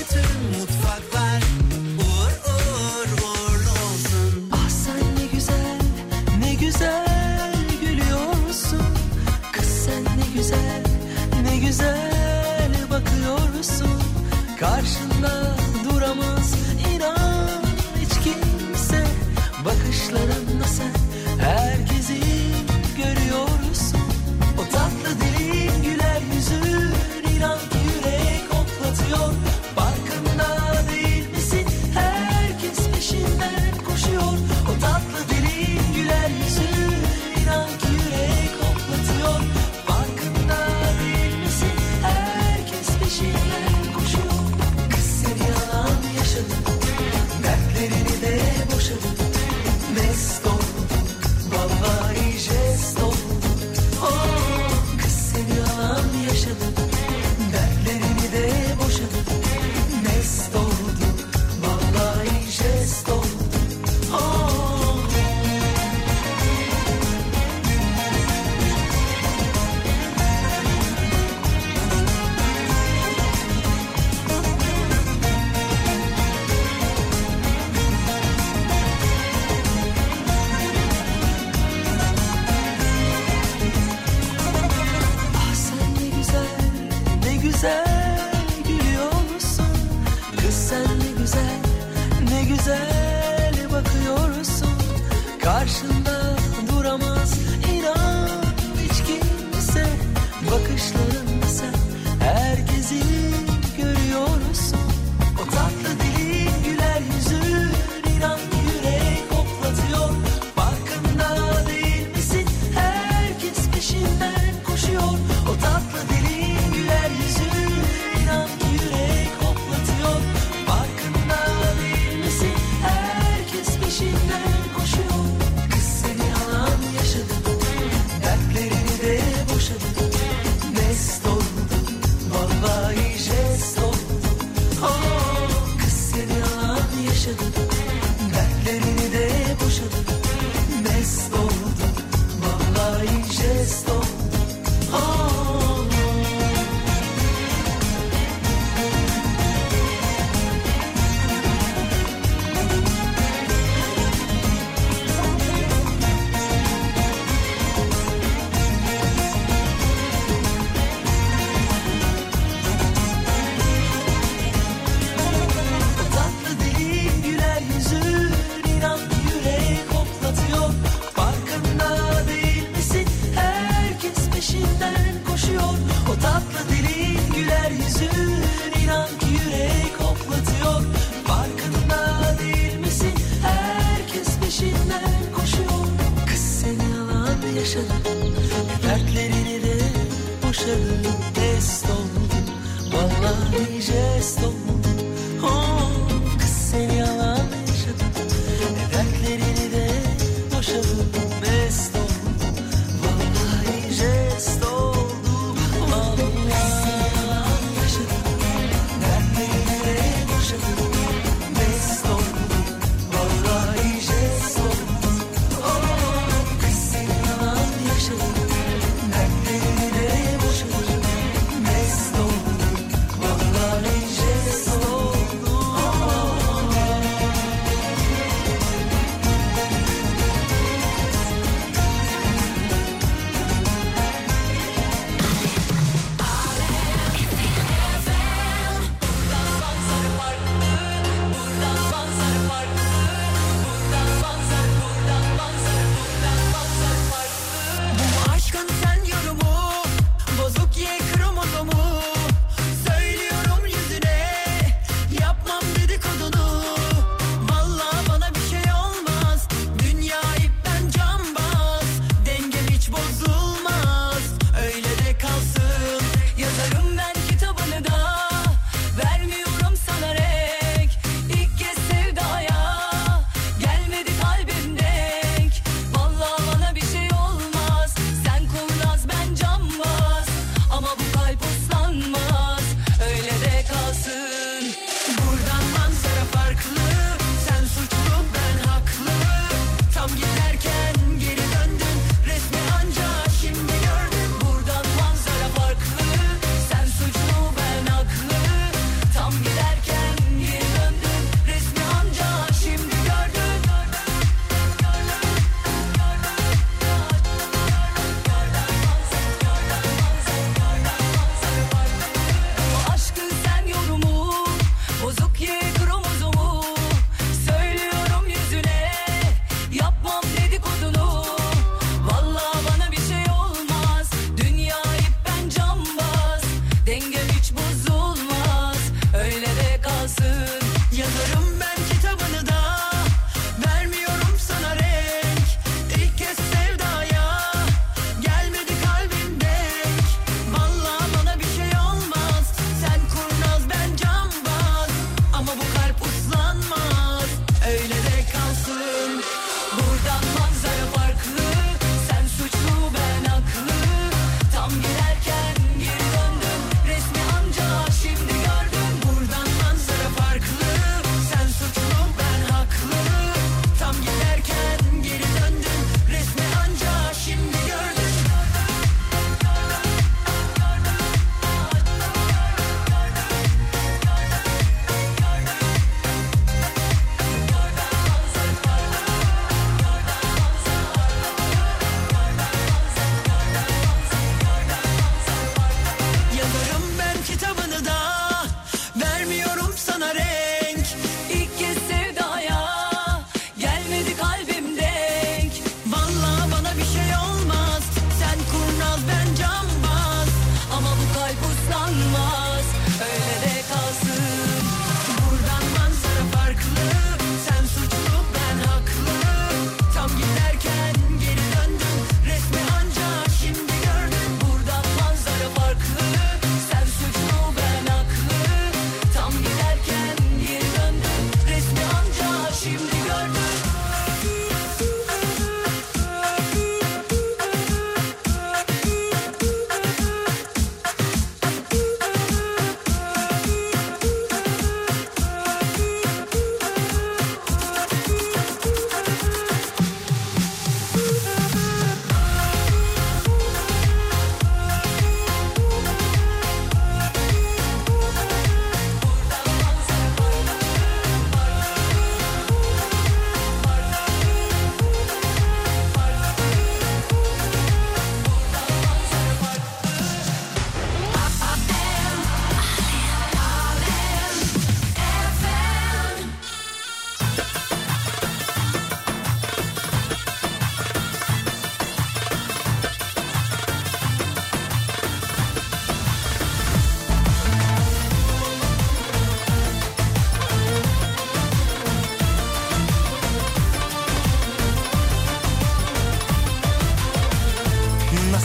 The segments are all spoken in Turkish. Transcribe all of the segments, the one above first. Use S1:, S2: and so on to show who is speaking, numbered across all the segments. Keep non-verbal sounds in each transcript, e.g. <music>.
S1: Bütün mutfaklar uğur uğur uğurlu olsun. Ah sen ne güzel, ne güzel gülüyorsun. Kız sen ne güzel, ne güzel bakıyorsun. Karşında duramaz inan hiç kimse. Bakışlarınla sen herkesi görüyorsun. O tatlı dilin güler yüzün inan ki yürek hoplatıyor Farkında değil misin herkes peşinden koşuyor O tatlı dilin güler yüzün inan ki yürek hoplatıyor Farkında değil misin herkes peşinden koşuyor Kız sen yalan yaşadın dertlerini de boşadın Mest oldun vallahi jest oldun Oh, kız seni alan yaşadım Dertlerini de boşadım Mest oldum Vallahi jest oldum Oh. Ah sen ne güzel, ne güzel gülüyorsun. Kız sen ne güzel, ne güzel bakıyorsun. Karşında duramaz inan hiç kimse. Bakışlarınla sen herkesi görüyorsun. O tatlı dilin güler yüzün inan ki yürek hoplatıyor. Farkında değil misin? Herkes peşinden koşuyor. O tatlı dilin güler yüzün inan ki yürek hoplatıyor. Farkında değil misin? Herkes peşinden koşuyor. Kız seni alan yaşadı. Dertlerini de boşadı. Mest oldum. Vallahi jest oldum. Oh, kız seni alan yaşadı. Dertlerini de boşadı. Mest oldum. Vallahi jest oldum. Oh. Tatlı dilin güler yüzün inan ki yürek hoplatıyor Farkında değil misin herkes peşinden koşuyor O tatlı dilin güler yüzün inan ki yürek hoplatıyor Farkında değil misin herkes peşinden koşuyor Kız seni alan yaşadı dertlerini de boşadı Test oldu vallahi jest oldu Oh, kız seni yalan yaşadım. E, Dertlerini de boşadım. Mest oldum. Vallahi jest oldum. Vallahi yalan yaşadım. Dertlerini de boşadım. Mest oldum. Vallahi jest oldum. Oh, kız seni yalan yaşadım. Dertlerini de boşadım. Mest oldum. Vallahi jest oldum. şey şey şey şey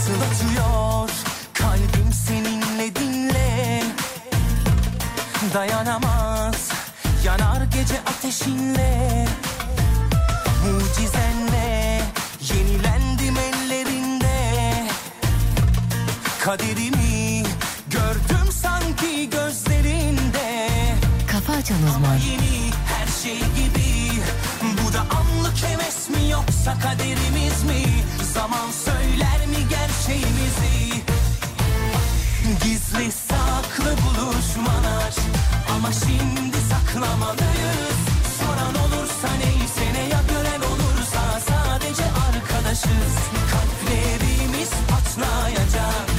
S1: şey hoplatıyor Kalbim seninle dinle Dayanamaz Yanar gece ateşinle Mucizenle Yenilendim ellerinde Kaderimi gördüm sanki gözlerinde
S2: Kafa Açan Uzman.
S1: yeni her şey gibi Bu da anlık heves mi yoksa kaderimiz mi Zaman söyler mi gerçeğimizi Gizli saklı buluşmalar Ama şimdi saklamalıyız Soran olursa neyse ne ya gören olursa Sadece arkadaşız Kalplerimiz patlayacak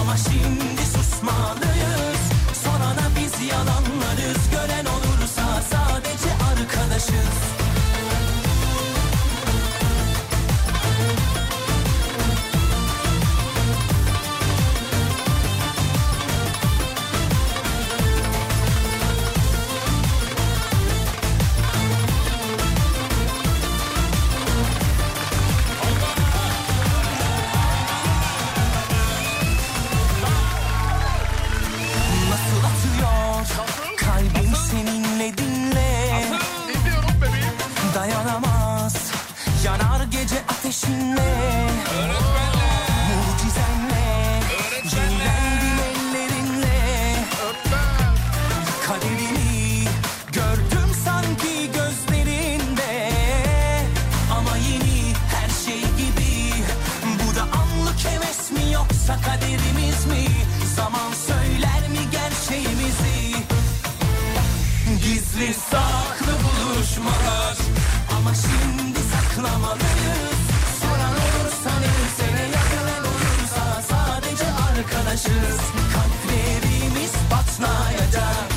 S1: Ama şimdi susmalıyız Sorana biz yalanlarız Gören olursa sadece arkadaşız Nasıl atıyor kalbim seninle dinle
S3: İzliyorum bebeğim.
S1: Dayanamaz yanar gece ateşinle Mucizenle yenilendim ellerinle Kaderini gördüm sanki gözlerinde Ama yeni her şey gibi Bu da anlık heves mi yoksa kaderimiz mi Zaman söyler mi gerçeğimizi Gizli saklı buluşmalar Ama şimdi saklamalıyız Soran olursa neyse ne yakılan olursa Sadece arkadaşız Kalplerimiz patlayacak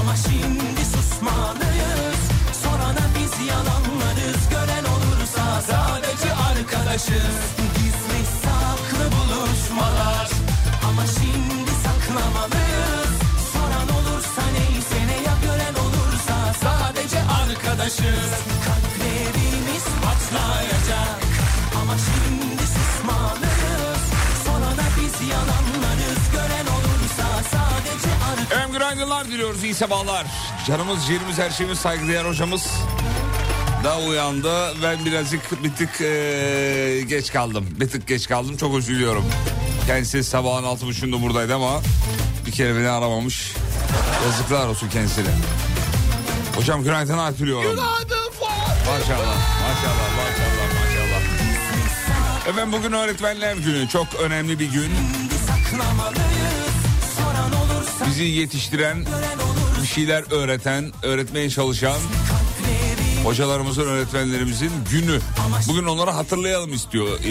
S1: Ama şimdi susmalıyız Sorana biz yalanlarız Gören olursa sadece arkadaşız Gizli saklı buluşmalar Ama şimdi saklamalıyız Soran olursa neyse ne ya gören olursa sadece arkadaşız Kalplerimiz patlayacak ama şimdi susmalıyız Sorana biz yalanlarız gören olursa sadece arkadaşız
S3: Efendim günaydınlar diliyoruz. iyi sabahlar. Canımız, ciğerimiz, her şeyimiz saygıdeğer hocamız. Daha uyandı. Ben birazcık bir tık eee, geç kaldım. Bir tık geç kaldım. Çok üzülüyorum. Kendisi sabahın altı buçuğunda buradaydı ama bir kere beni aramamış. Yazıklar olsun kendisine. Hocam günaydınlar diliyorum. Maşallah, maşallah, maşallah, maşallah. Efendim bugün öğretmenler günü. Çok önemli bir gün.
S1: saklamalıyız Soran olursa
S3: Bizi yetiştiren
S1: gören olursa
S3: bir şeyler öğreten, öğretmeye çalışan
S1: kalplerimiz
S3: hocalarımızın, öğretmenlerimizin günü. Bugün onlara hatırlayalım istiyor e,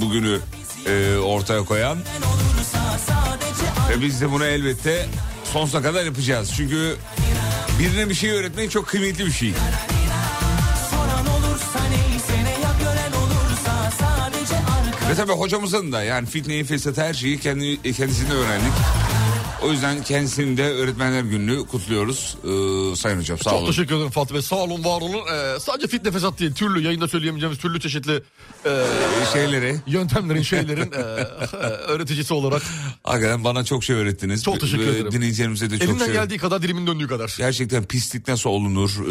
S3: bugünü e, ortaya koyan.
S1: olursa sadece
S3: Ve biz de bunu elbette sonsuza kadar yapacağız. Çünkü birine bir şey öğretmek çok kıymetli bir şey.
S1: Soran olursa neyse ne ya gören olursa sadece
S3: Ve
S1: arkadaşız
S3: tabii hocamızın da yani fitneyi, fesatı her şeyi kendi, kendisinde öğrendik. O yüzden kendisini de öğretmenler gününü kutluyoruz. Ee, sayın hocam sağ
S4: Çok
S3: olun.
S4: teşekkür ederim Fatih Bey. Sağ olun, var olun. Ee, sadece fitne fesat değil, türlü yayında söyleyemeyeceğimiz türlü çeşitli e, <laughs>
S3: Şeyleri
S4: yöntemlerin, şeylerin e, <laughs> öğreticisi olarak
S3: hakikaten bana çok şey öğrettiniz.
S4: Çok teşekkür
S3: Ve
S4: ederim.
S3: Dinleyicilerimize de çok
S4: elimden
S3: şey
S4: geldiği kadar, dilimin döndüğü kadar.
S3: Gerçekten pislik nasıl olunur, e,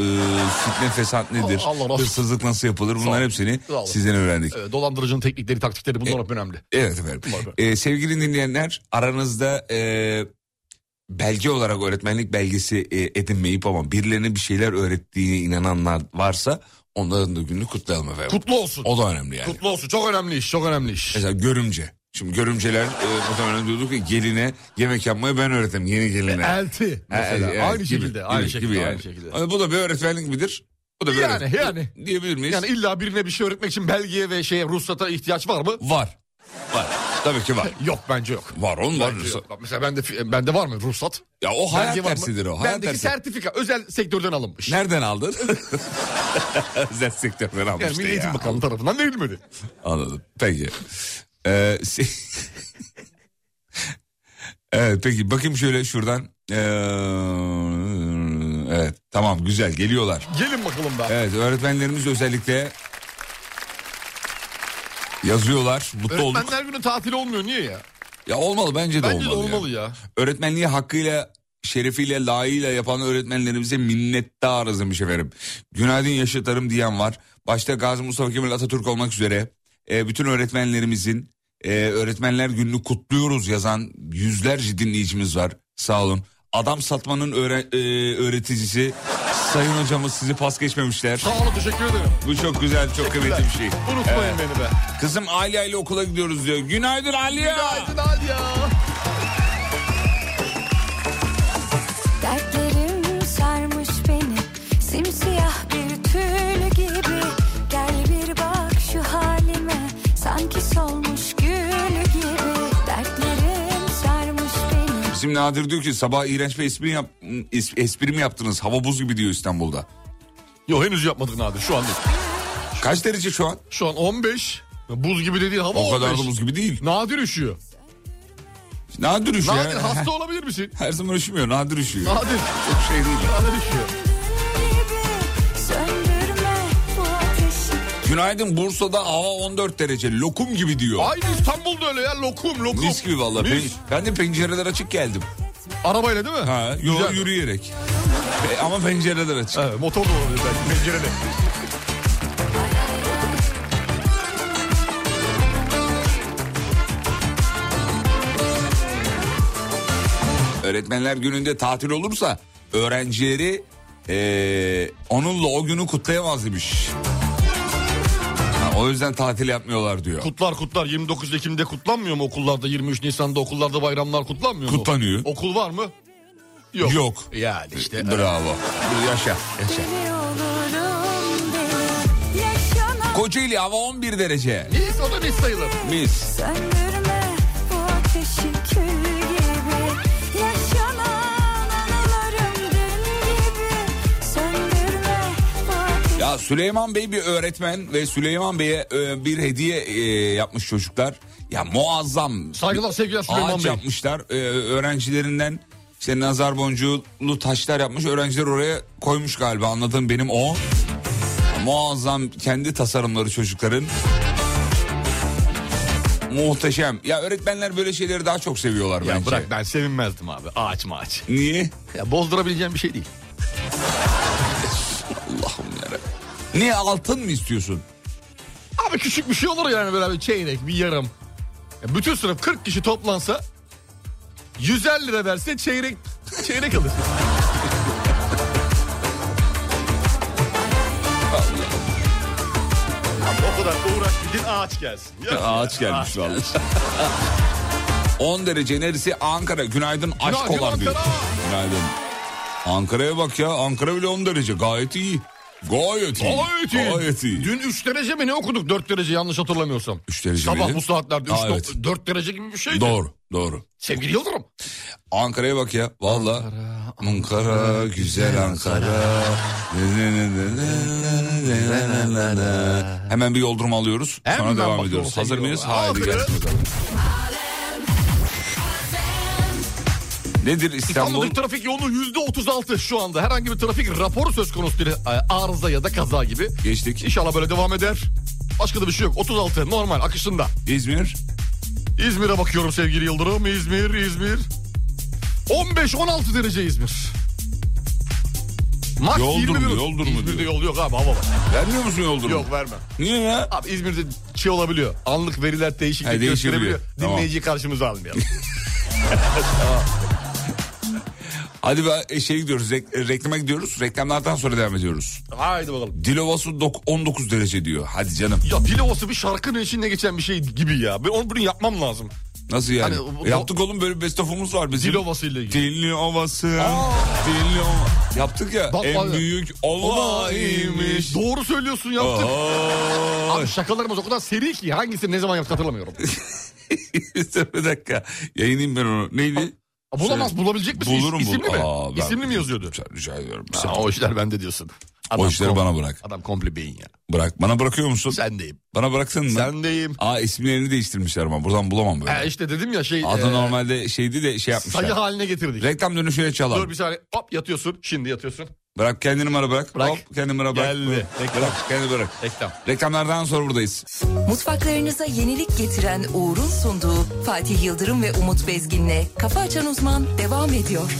S3: fitne fesat nedir,
S4: Allah razı olsun.
S3: hırsızlık nasıl yapılır bunların
S4: olun.
S3: hepsini
S4: Sağ olun.
S3: sizden öğrendik.
S4: Ee, dolandırıcının teknikleri, taktikleri
S3: E,
S4: bunlar hep önemli.
S3: Evet efendim.
S4: Umarım.
S3: E, sevgili dinleyenler aranızda e, belge olarak öğretmenlik belgesi e, edinmeyip ama birilerine bir şeyler öğrettiğine inananlar varsa onların da gününü kutlayalım efendim.
S4: Kutlu olsun.
S3: o da önemli yani.
S4: Kutlu olsun. Çok önemli iş, çok önemli iş.
S3: Mesela görümce. Şimdi görümceler e, muhtemelen diyorduk ki geline yemek yapmayı ben öğretirim yeni geline.
S4: E, Elti mesela.
S3: Ha, E, evet,
S4: aynı
S3: gibi,
S4: şekilde,
S3: gibi,
S4: aynı şekilde,
S3: gibi
S4: aynı
S3: yani.
S4: şekilde.
S3: Ama Bu da bir öğretmenlik midir? Bu da bir
S4: Yani,
S3: öğretmenlik
S4: yani.
S3: Diyebilir miyiz?
S4: Yani illa birine bir şey öğretmek için belgeye ve şeye ruhsata ihtiyaç var mı?
S3: Var. Var. Tabii ki var.
S4: Yok bence yok.
S3: Var onun var.
S4: Bence yok. Mesela bende bende var mı ruhsat?
S3: Ya o hayat
S4: Belge var mı?
S3: dersidir o. Hayat
S4: Bendeki
S3: dersi.
S4: sertifika özel sektörden alınmış.
S3: Nereden aldın? <laughs> Özel sektörden
S4: Yani
S3: almıştı
S4: Milli Eğitim
S3: ya.
S4: Bakanlığı tarafından verilmedi.
S3: Anladım. Peki. Ee, se- <laughs> evet peki bakayım şöyle şuradan. Ee, evet tamam güzel geliyorlar.
S4: Gelin bakalım da.
S3: Evet öğretmenlerimiz özellikle Yazıyorlar. Mutlu olduk.
S5: Öğretmenler günü tatili olmuyor niye ya?
S3: Ya olmalı bence de
S5: Bence
S3: olmalı.
S5: de olmalı ya.
S3: Öğretmenliği hakkıyla, şerefiyle, layığıyla yapan öğretmenlerimize minnettarız demiş efendim. Günaydın yaşatarım diyen var. Başta Gazi Mustafa Kemal Atatürk olmak üzere e, bütün öğretmenlerimizin e, öğretmenler gününü kutluyoruz yazan yüzlerce dinleyicimiz var. Sağ olun. Adam satmanın öğre- e, öğreticisi Sayın Hocamız sizi pas geçmemişler.
S5: Sağ olun teşekkür ederim.
S3: Bu çok güzel, çok kıymetli bir şey.
S5: Unutmayın beni be.
S3: Kızım Aliye ile okula gidiyoruz diyor. Günaydın Aliye.
S5: Günaydın hadi ya.
S6: Dertlerim sarmış beni Simsiyah bir tül gibi Gel bir bak şu halime Sanki solmuş gül gibi Dertlerim sarmış beni
S3: Bizim Nadir diyor ki sabah iğrenç bir espri, yap, es- espri mi yaptınız? Hava buz gibi diyor İstanbul'da.
S5: Yok henüz yapmadık Nadir şu an değil.
S3: Kaç derece şu an?
S5: Şu an 15. Buz gibi de değil hava
S3: O
S5: 15.
S3: kadar da buz gibi değil.
S5: Nadir üşüyor.
S3: Nadir üşüyor.
S5: Nadir hasta Ah. olabilir misin?
S3: <laughs> Her zaman üşümüyor. Nadir üşüyor.
S5: Nadir.
S3: Çok şey değil.
S5: Nadir üşüyor.
S6: gibi Söndürme bu ateşi
S3: Günaydın Bursa'da hava 14 derece. Lokum gibi diyor.
S5: Aynı İstanbul'da öyle ya lokum lokum.
S3: Mis gibi valla.
S5: Mis.
S3: Ben, ben de pencereler açık geldim.
S5: Arabayla değil mi?
S3: Ha, yo,
S5: Güzel.
S3: yürüyerek. E, ama pencereler açık.
S5: Evet, motor da olabilir belki pencereli.
S3: Öğretmenler gününde tatil olursa öğrencileri e, onunla o günü kutlayamaz demiş. Ha, o yüzden tatil yapmıyorlar diyor.
S5: Kutlar kutlar 29 Ekim'de kutlanmıyor mu okullarda 23 Nisan'da okullarda bayramlar kutlanmıyor mu?
S3: Kutlanıyor.
S5: Okul var mı? Yok.
S3: Yok.
S5: Yani işte.
S3: Bravo. Yaşa. Yaşa.
S6: Deli olurum deli Yaşama
S3: Kocaeli hava 11 derece.
S5: Mis o da mis sayılır.
S3: Mis.
S6: Söndürme bu ateşi kül gibi Yaşanan anılarım dün gibi Söndürme bu ateşi
S3: Ya Süleyman Bey bir öğretmen ve Süleyman Bey'e e, bir hediye e, yapmış çocuklar. Ya muazzam.
S5: Saygılar, sevgiler Süleyman
S3: Ağaç
S5: Bey.
S3: yapmışlar. E, öğrencilerinden işte nazar boncuğulu taşlar yapmış. Öğrenciler oraya koymuş galiba anladığım benim o. Muazzam kendi tasarımları çocukların. Muhteşem. Ya öğretmenler böyle şeyleri daha çok seviyorlar
S5: Ya
S3: bence.
S5: bırak ben sevinmezdim abi. Ağaç mağaç.
S3: Niye?
S5: Ya bozdurabileceğim bir şey değil.
S3: Allah'ım yarabbim. Niye altın mı istiyorsun?
S5: Abi küçük bir şey olur yani böyle bir çeyrek bir yarım. Ya bütün sınıf 40 kişi toplansa 150 lira verse çeyrek <laughs> çeyrek alır. Abi o kadar uğraş gidin ağaç gelsin. Ya,
S3: Ağaç gelmiş vallahi. 10 derece neresi? Ankara. Günaydın aşk
S5: Günaydın
S3: olan diyor.
S5: Ankara.
S3: Günaydın. Ankara'ya bak ya. Ankara bile 10 derece. Gayet iyi. Gayet iyi.
S5: Gayet iyi.
S3: Gayet iyi.
S5: Dün 3 derece mi ne okuduk? 4 derece yanlış hatırlamıyorsam.
S3: Üç derece
S5: Sabah
S3: miydi?
S5: bu saatlerde
S3: Aa, evet.
S5: 4 derece gibi bir şeydi.
S3: Doğru. Doğru.
S5: Sevgili Yıldırım.
S3: Ankara'ya bak ya. Valla. Ankara, güzel Ankara. Hemen bir yoldurma alıyoruz.
S5: Hemen
S3: Sonra devam
S5: bakıyorum
S3: ediyoruz.
S5: sevgili
S3: Hazır mıyız?
S5: yoldurma.
S3: Haydi gelsin
S5: Hazırız.
S3: bakalım. Nedir İstanbul?
S5: İstanbul'daki trafik yoğunluğu yüzde 36 şu anda. Herhangi bir trafik raporu söz konusu değil. E, Arıza ya da kaza gibi.
S3: Geçtik.
S5: İnşallah böyle devam eder. Başka da bir şey yok. 36 normal akışında.
S3: İzmir.
S5: İzmir'e bakıyorum sevgili Yıldırım. İzmir, İzmir. 15-16 derece İzmir. Max
S3: Yol
S5: 21
S3: durumu,
S5: olur.
S3: yol durumu
S5: İzmir'de
S3: diyor.
S5: yol yok abi hava var.
S3: Vermiyor musun yoldurumu?
S5: Yok vermem.
S3: Niye ya?
S5: Abi İzmir'de şey olabiliyor. Anlık veriler değişiklik
S3: Ha, değişebiliyor.
S5: gösterebiliyor.
S3: Tamam.
S5: Dinleyiciyi karşımıza
S3: <laughs>
S5: almayalım.
S3: Hadi be şey gidiyoruz rek- reklama gidiyoruz. Reklamlardan sonra devam ediyoruz.
S5: Haydi bakalım.
S3: Dilovası dok- 19 derece diyor. Hadi canım.
S5: Ya Dilovası bir şarkının içinde geçen bir şey gibi ya. Ben onu bunu yapmam lazım.
S3: Nasıl yani? E,
S5: Hani bu-
S3: Yaptık oğlum böyle bir best of'umuz var bizim.
S5: Dilovası ile ilgili.
S3: Dilli ovası. Dilli ova. Yaptık ya.
S5: Bak,
S3: en
S5: bak.
S3: büyük ova imiş.
S5: Doğru söylüyorsun
S3: <laughs>
S5: yaptık.
S3: Aa.
S5: Abi şakalarımız o kadar seri ki hangisini ne zaman
S3: <laughs>
S5: yaptık hatırlamıyorum.
S3: bir dakika. Yayınlayayım ben onu. Neydi?
S5: Bulamaz
S3: Söyle.
S5: bululabilecek misin?
S3: Bulurum, bul-
S5: İsimli mi?
S3: Aa, ben-
S5: İsimli mi yazıyordu?
S3: Rica- Rica ediyorum.
S5: Aa, o işler bende diyorsun.
S3: O işleri
S5: kom-
S3: bana bırak.
S5: Adam komple beyin ya.
S3: Bırak. Bana bırakıyor musun?
S5: Sendeyim.
S3: Bana bıraksın mı?
S5: Sendeyim.
S3: Aa isimlerini değiştirmişler ama buradan bulamam böyle.
S5: Ee, işte dedim ya şey.
S3: Adı
S5: e,
S3: normalde şeydi de şey
S5: Sayı
S3: yapmışlar.
S5: haline getirdik.
S3: Reklam dönüşüne çalan.
S5: Dur bir saniye. Hop yatıyorsun. Şimdi yatıyorsun.
S3: Bırak kendini ara bırak.
S5: Bırak.
S3: Hop, kendini ara bırak.
S5: Geldi. Reklam.
S3: Bırak kendini bırak.
S5: Reklam.
S3: Reklamlardan sonra buradayız.
S7: Mutfaklarınıza yenilik getiren Uğur'un sunduğu Fatih Yıldırım ve Umut Bezgin'le Kafa Açan Uzman devam ediyor.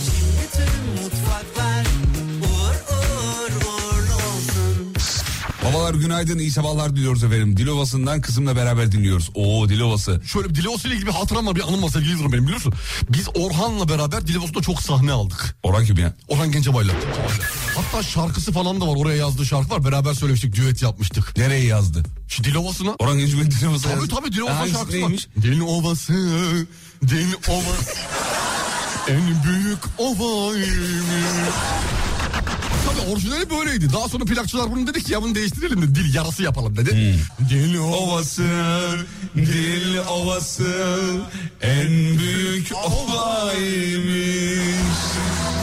S1: Babalar günaydın, iyi sabahlar diliyoruz efendim. Dilovası'ndan kızımla beraber dinliyoruz. Oo Dilovası.
S5: Şöyle bir Dilovası ile ilgili bir hatıram var. Bir anım var sevgili Yıldırım benim biliyorsun. Biz Orhan'la beraber Dilovası'nda çok sahne aldık.
S1: Orhan kim ya?
S5: Orhan Gencebay'la. Hatta şarkısı falan da var. Oraya yazdığı şarkı var. Beraber söylemiştik. Düet yapmıştık.
S1: Nereye yazdı?
S5: Şu Dilovası'na.
S1: Orhan Gencebay'ın Dilovası
S5: Tabii
S1: yazdı.
S5: tabii Dil
S1: Ha,
S5: Ovası
S1: hangisi
S5: şarkısı
S1: neymiş?
S5: var. Dil Ovası, Dil
S1: <laughs>
S5: Ovası. en büyük ovaymış. Tabii orijinali böyleydi. Daha sonra plakçılar bunu dedi ki ya bunu değiştirelim de dil yarası yapalım dedi.
S1: Hmm.
S5: Dil Ovası,
S1: Dil Ovası en büyük ovaymış.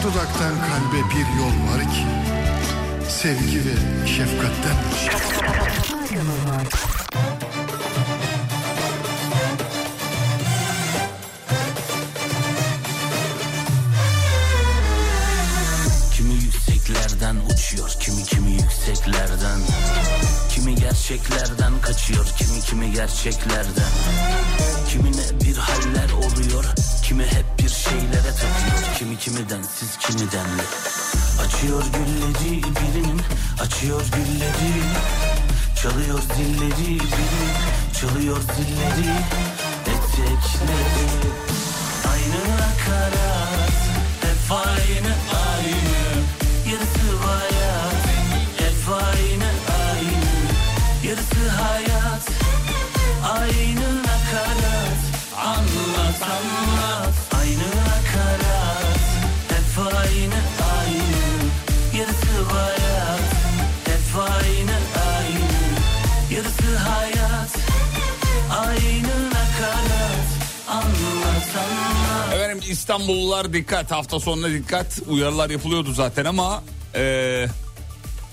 S8: Dudaktan kalbe bir yol var ki sevgi ve şefkatten.
S9: Kimi yükseklerden uçuyor Kimi kimi yükseklerden Kimi gerçeklerden kaçıyor Kimi kimi gerçeklerden Kimine bir haller oluyor Kimi hep bir şeylere takıyor Kimi kimiden siz kimidenle Açıyor gülleri birinin Açıyor gülleri Çalıyor zilleri birinin Çalıyor zilleri Etekleri Aynı nakarat Hep aynı aynı Yarısı hayat Hep aynı aynı Yarısı hayat Aynı nakarat Anlat anlat Aynı nakarat Hep aynı aynı Yarısı hayat Hep aynı aynı Yarısı hayat Aynı nakarat Anlat anlat
S3: Efendim İstanbullular dikkat hafta sonuna dikkat uyarılar yapılıyordu zaten ama e,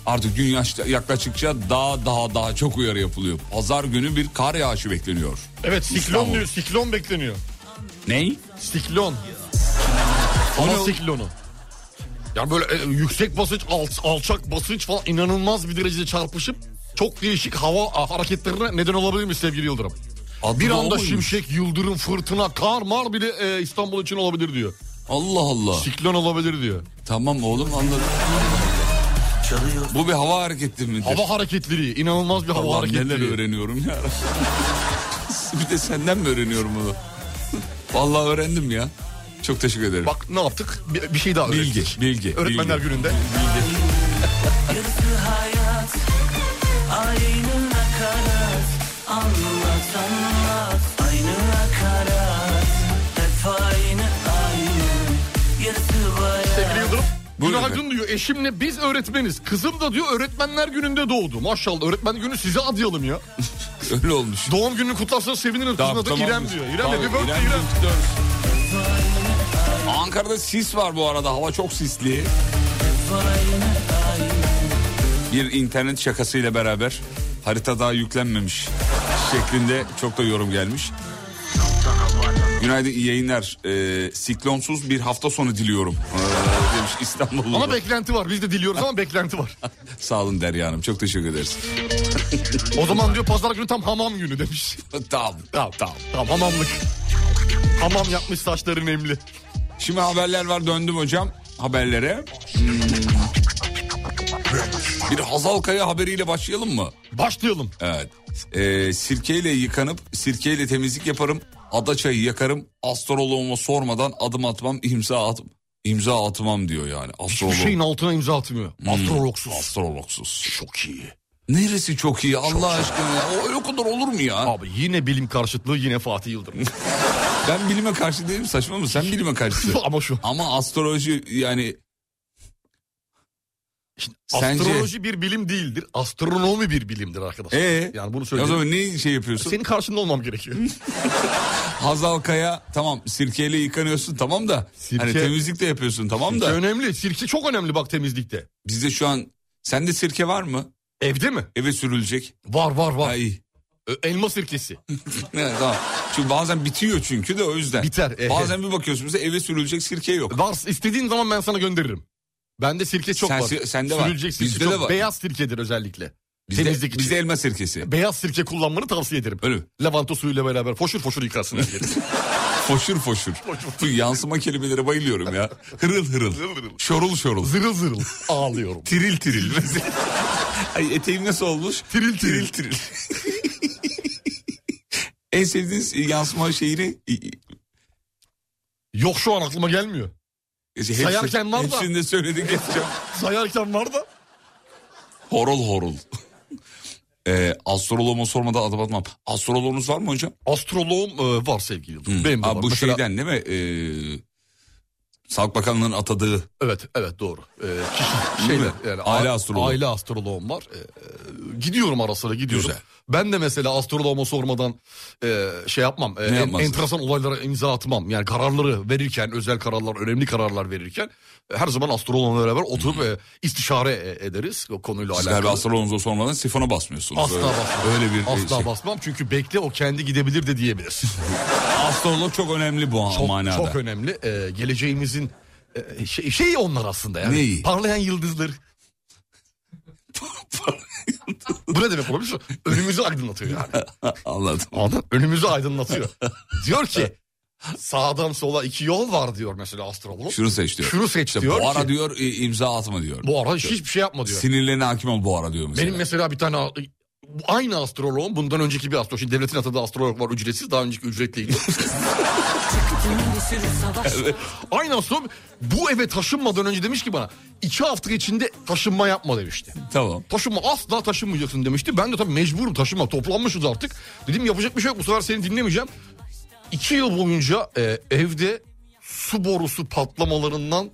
S3: artık gün yaş- yaklaştıkça daha daha daha çok uyarı yapılıyor. Pazar günü bir kar yağışı bekleniyor.
S5: Evet siklon
S3: İstanbul.
S5: diyor, siklon bekleniyor.
S3: Ney?
S5: Siklon. Hava siklonu. Ya böyle e, yüksek basınç, alt- alçak basınç falan inanılmaz bir derecede çarpışıp çok değişik hava a, hareketlerine neden olabilirmiş sevgili Yıldırım.
S3: Adı
S5: bir
S3: da o
S5: anda
S3: muymuş?
S5: şimşek, yıldırım, fırtına, kar, mar bile e, İstanbul için olabilir diyor.
S3: Allah Allah.
S5: Siklon olabilir diyor.
S3: Tamam oğlum anladım.
S9: Çalıyor
S3: Bu bir hava hareketi midir?
S5: Hava hareketleri, inanılmaz bir hava
S3: Ulan neler
S5: hareketleri.
S3: öğreniyorum ya. <laughs> bir de senden mi öğreniyorum bunu? <laughs> Vallahi öğrendim ya. Çok teşekkür ederim.
S5: Bak ne yaptık? Bir, bir şey daha
S3: Bilgi,
S5: öğrendik.
S3: bilgi,
S5: Öğretmenler
S3: bilgi.
S5: gününde.
S9: yarısı hayat Aynı nakarat Anlat anlat Aynı nakarat Hep aynı aynı Yarısı hayat
S5: Sevgili Yıldırım.
S3: Buyurun
S5: Günaydın
S3: efendim.
S5: diyor eşimle biz öğretmeniz. Kızım da diyor öğretmenler gününde doğdu. Maşallah öğretmen günü size adayalım ya.
S3: Öyle olmuş.
S5: Doğum gününü kutlarsanız sevinirim. Kızın adı İrem diyor. İrem
S3: Tamam,
S5: dedi böyle
S3: İrem
S5: İrem.
S3: dedi, dört. Ankara'da sis var bu arada. Hava çok sisli. Bir internet şakasıyla beraber harita daha yüklenmemiş şeklinde çok da yorum gelmiş. Günaydın iyi yayınlar. Ee, siklonsuz bir hafta sonu diliyorum. Ee, demiş İstanbul'da.
S5: Ama beklenti var. Biz de diliyoruz ama beklenti var.
S3: Sağ olun Derya Hanım. Çok teşekkür ederiz.
S5: O zaman diyor pazar günü tam hamam günü demiş. <laughs>
S3: tamam.
S5: Tamam tamam. Tamam hamamlık. Hamam yapmış saçları nemli.
S3: Şimdi haberler var döndüm hocam haberlere. Hmm. Bir Hazal Kaya haberiyle başlayalım mı?
S5: Başlayalım.
S3: Evet. Ee, sirkeyle yıkanıp sirkeyle temizlik yaparım. Ada çayı yakarım. Astroloğuma sormadan adım atmam, imza atım. imza atmam diyor yani.
S5: Bir
S3: Astrolog.
S5: şeyin altına imza atmıyor. Astrologsuz.
S3: Astrologsuz.
S5: Çok iyi.
S3: Neresi çok iyi Allah aşkına ya. O öyle kadar olur mu ya?
S5: Abi yine bilim karşıtlığı yine Fatih Yıldırım.
S3: Ben bilime karşı değilim saçma mı? Sen bilime karşısın.
S5: <laughs> ama şu.
S3: Ama astroloji yani Sence-
S5: Astroloji bir bilim değildir. Astronomi bir bilimdir arkadaşlar.
S3: Ee?
S5: yani bunu
S3: o
S5: söyleyeyim.
S3: zaman ne şey yapıyorsun?
S5: Senin karşında olmam gerekiyor.
S3: Hazal Kaya tamam sirkeyle yıkanıyorsun tamam da
S5: Sirke-
S3: hani temizlik de yapıyorsun tamam da
S5: önemli. Sirke çok önemli bak temizlikte.
S3: bizde şu an sende sirke var mı?
S5: Evde mi?
S3: Eve sürülecek.
S5: Var var var.
S3: Ha iyi.
S5: Ö- Elma sirkesi.
S3: Evet, tamam. Çünkü bazen bitiyor çünkü de o yüzden.
S5: Biter, eh. ehe.
S3: Bazen bir bakıyorsun bize eve sürülecek sirke yok.
S5: Var istediğin zaman ben sana gönderirim. Bende sirke çok
S3: Sen-
S5: var.
S3: sende var.
S5: Sürülecek sirke
S3: Bizde
S5: çok.
S3: de var.
S5: Beyaz sirkedir özellikle.
S3: Bizde,
S5: Temizlik için.
S3: bizde elma sirkesi.
S5: Beyaz sirke kullanmanı tavsiye ederim.
S3: Öyle mi?
S5: Lavanta suyuyla beraber foşur foşur yıkarsın. her
S3: <laughs>
S5: yeri.
S3: Foşur foşur. Bu yansıma kelimelere bayılıyorum ya. Hırıl hırıl. Şorul şorul.
S5: zırıl zırıl ağlıyorum.
S3: Tiril tiril. Mesela- <laughs> Ay eteğim nasıl olmuş?
S5: Tiril tiril.
S3: tiril. <laughs> en sevdiğiniz yansıma şehri?
S5: Yok şu an aklıma gelmiyor.
S3: Hepsi-
S5: Sayarken var da.
S3: Hepsini de söyledik geçeceğim.
S5: Sayarken var da.
S3: Horul horul. <laughs> Ee, astroloğuma sormadan adım atmam. Astroloğunuz var mı hocam?
S5: Astroloğum e, var sevgili Yıldırım. Benim de
S3: Ha,
S5: var.
S3: Hmm. bu
S5: Mesela-
S3: şeyden değil mi? Ee, Sağlık Bakanlığı'nın atadığı.
S5: Evet evet doğru. Ee, kişi,
S3: Değil mi?
S5: şeyler, yani
S3: Aile
S5: a-
S3: astroloğu.
S5: Aile astroloğum var. Ee, e, gidiyorum ara sıra gidiyorum.
S3: Güzel.
S5: Ben de mesela astroloğuma sormadan e, şey yapmam. e,
S3: Ne
S5: en-
S3: yapmazsın?
S5: enteresan olaylara imza atmam. Yani kararları verirken özel kararlar önemli kararlar verirken e, her zaman astroloğumla beraber oturup e, istişare e, ederiz o konuyla
S3: Siz
S5: alakalı.
S3: galiba astroloğunuza sormadan sifona basmıyorsunuz.
S5: Asla
S3: öyle,
S5: basmam.
S3: Öyle bir
S5: Asla
S3: şey.
S5: basmam çünkü bekle o kendi gidebilir
S3: <laughs>
S5: de diyebilir.
S3: Astrolog çok önemli bu
S5: çok,
S3: manada.
S5: çok önemli. Ee, geleceğimizin e, şey, şeyi onlar aslında yani.
S3: Neyi?
S5: Parlayan yıldızlar. Bu ne demek olabilir? Önümüzü aydınlatıyor yani.
S3: Anladım.
S5: Anladın? Önümüzü aydınlatıyor. diyor ki sağdan sola iki yol var diyor mesela astrolog.
S3: Şunu seç diyor.
S5: Şunu seç
S3: İşte
S5: diyor
S3: bu ara
S5: ki-
S3: diyor e, imza atma diyor.
S5: Bu arada hiçbir şey yapma diyor.
S3: Sinirlerine hakim ol bu ara diyor mesela.
S5: Benim mesela bir tane bu aynı astroloğum bundan önceki bir astrolog. Şimdi devletin atadığı astrolog var ücretsiz daha önceki ücretliydi. Evet. aynı astrolog bu eve taşınmadan önce demiş ki bana iki hafta içinde taşınma yapma demişti.
S3: Tamam.
S5: Taşınma asla taşınmayacaksın demişti. Ben de tabii mecburum taşınma toplanmışız artık. Dedim yapacak bir şey yok bu sefer seni dinlemeyeceğim. İki yıl boyunca e, evde su borusu patlamalarından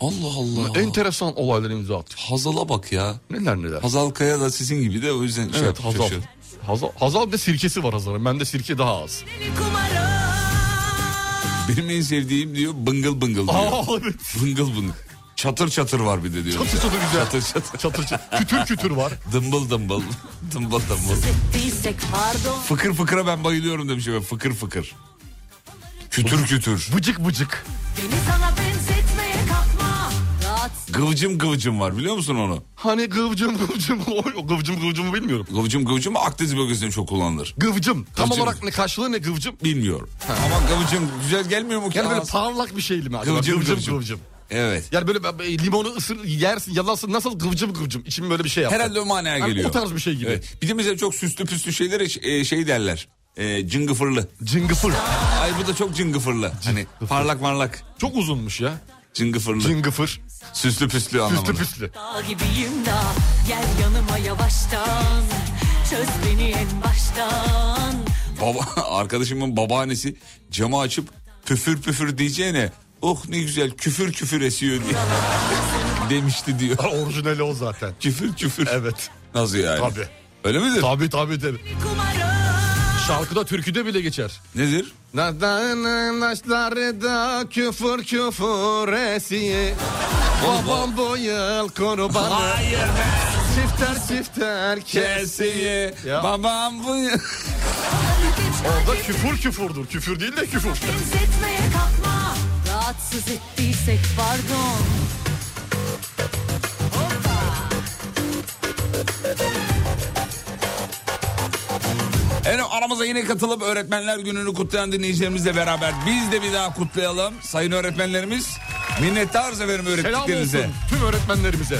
S3: Allah Allah.
S5: enteresan olaylar imza attık.
S3: Hazal'a bak ya.
S5: Neler neler.
S3: Hazal Kaya da sizin gibi de o yüzden şey
S5: Evet
S3: yapıp
S5: Hazal.
S3: şaşırdım.
S5: Hazal, Hazal ve sirkesi var Hazal'ın. Bende sirke daha <laughs> az.
S3: Benim en sevdiğim diyor bıngıl bıngıl diyor.
S5: evet.
S3: Bıngıl bıngıl. Çatır çatır var bir de diyor.
S5: Çatır çatır güzel.
S3: Çatır çatır.
S5: Çatır çatır. kütür kütür var.
S3: Dımbıl dımbıl. <laughs> dımbıl dımbıl. Fıkır fıkıra ben bayılıyorum demiş. efendim. Fıkır fıkır. Kütür kütür.
S5: Bıcık bıcık.
S3: Gıvcım gıvcım var biliyor musun onu?
S5: Hani gıvcım gıvcım. Oy, o gıvcım gıvcımı bilmiyorum.
S3: Gıvcım gıvcım Akdeniz bölgesinde çok kullanılır.
S5: Gıvcım. Tam
S3: Gıvcım.
S5: olarak ne karşılığı ne gıvcım?
S3: Bilmiyorum. Ama gıvcım güzel gelmiyor mu ki?
S5: Yani böyle
S3: Ağız-
S5: parlak bir şeyli mi? Acaba?
S3: Gıvcım,
S5: Gıvcım gıvcım.
S3: gıvcım. Evet.
S5: Yani böyle ben- ben limonu ısır yersin yalarsın nasıl gıvcım gıvcım. İçim böyle bir şey yaptı.
S3: Herhalde o manaya
S5: Yani
S3: geliyor.
S5: o tarz bir şey gibi.
S3: Evet. Bir de mesela çok süslü püslü şeylere ş- e, şey derler. E, cıngıfırlı.
S5: Cıngıfır.
S3: Ay bu da çok cıngıfırlı. Hani parlak marlak.
S5: Çok uzunmuş ya.
S3: Cıngıfırlı.
S5: Cıngıfır.
S3: süslü püslü anlamında.
S5: Püslü püslü. <laughs>
S1: gibiyim da gel yanıma yavaştan çöz beni en baştan
S3: Baba, <laughs> arkadaşımın babaannesi camı açıp püfür püfür diyeceğine oh ne güzel küfür küfür esiyor diye <laughs> demişti diyor. <laughs>
S5: Ha, Orijinali o zaten.
S3: küfür küfür.
S5: Evet.
S3: Nasıl yani?
S5: Tabii.
S3: Öyle midir?
S5: Tabii tabii tabii. Şarkıda türküde bile geçer.
S3: Nedir?
S5: Nadanın aşkları da küfür küfür esiye. Babam bu yıl kurbanı. Çifter çifter kes.
S3: Kesiye
S5: Ya.
S3: babam bu... <laughs>
S5: Orada küfür küfürdür. Küfür değil de küfür.
S1: benzetmeye kalkma rahatsız ettiysek pardon
S3: Efendim aramıza yine katılıp öğretmenler gününü kutlayan dinleyicilerimizle beraber biz de bir daha kutlayalım. Sayın öğretmenlerimiz minnettarız efendim
S5: Selam olsun
S3: öğrettiklerinize.
S5: tüm öğretmenlerimize.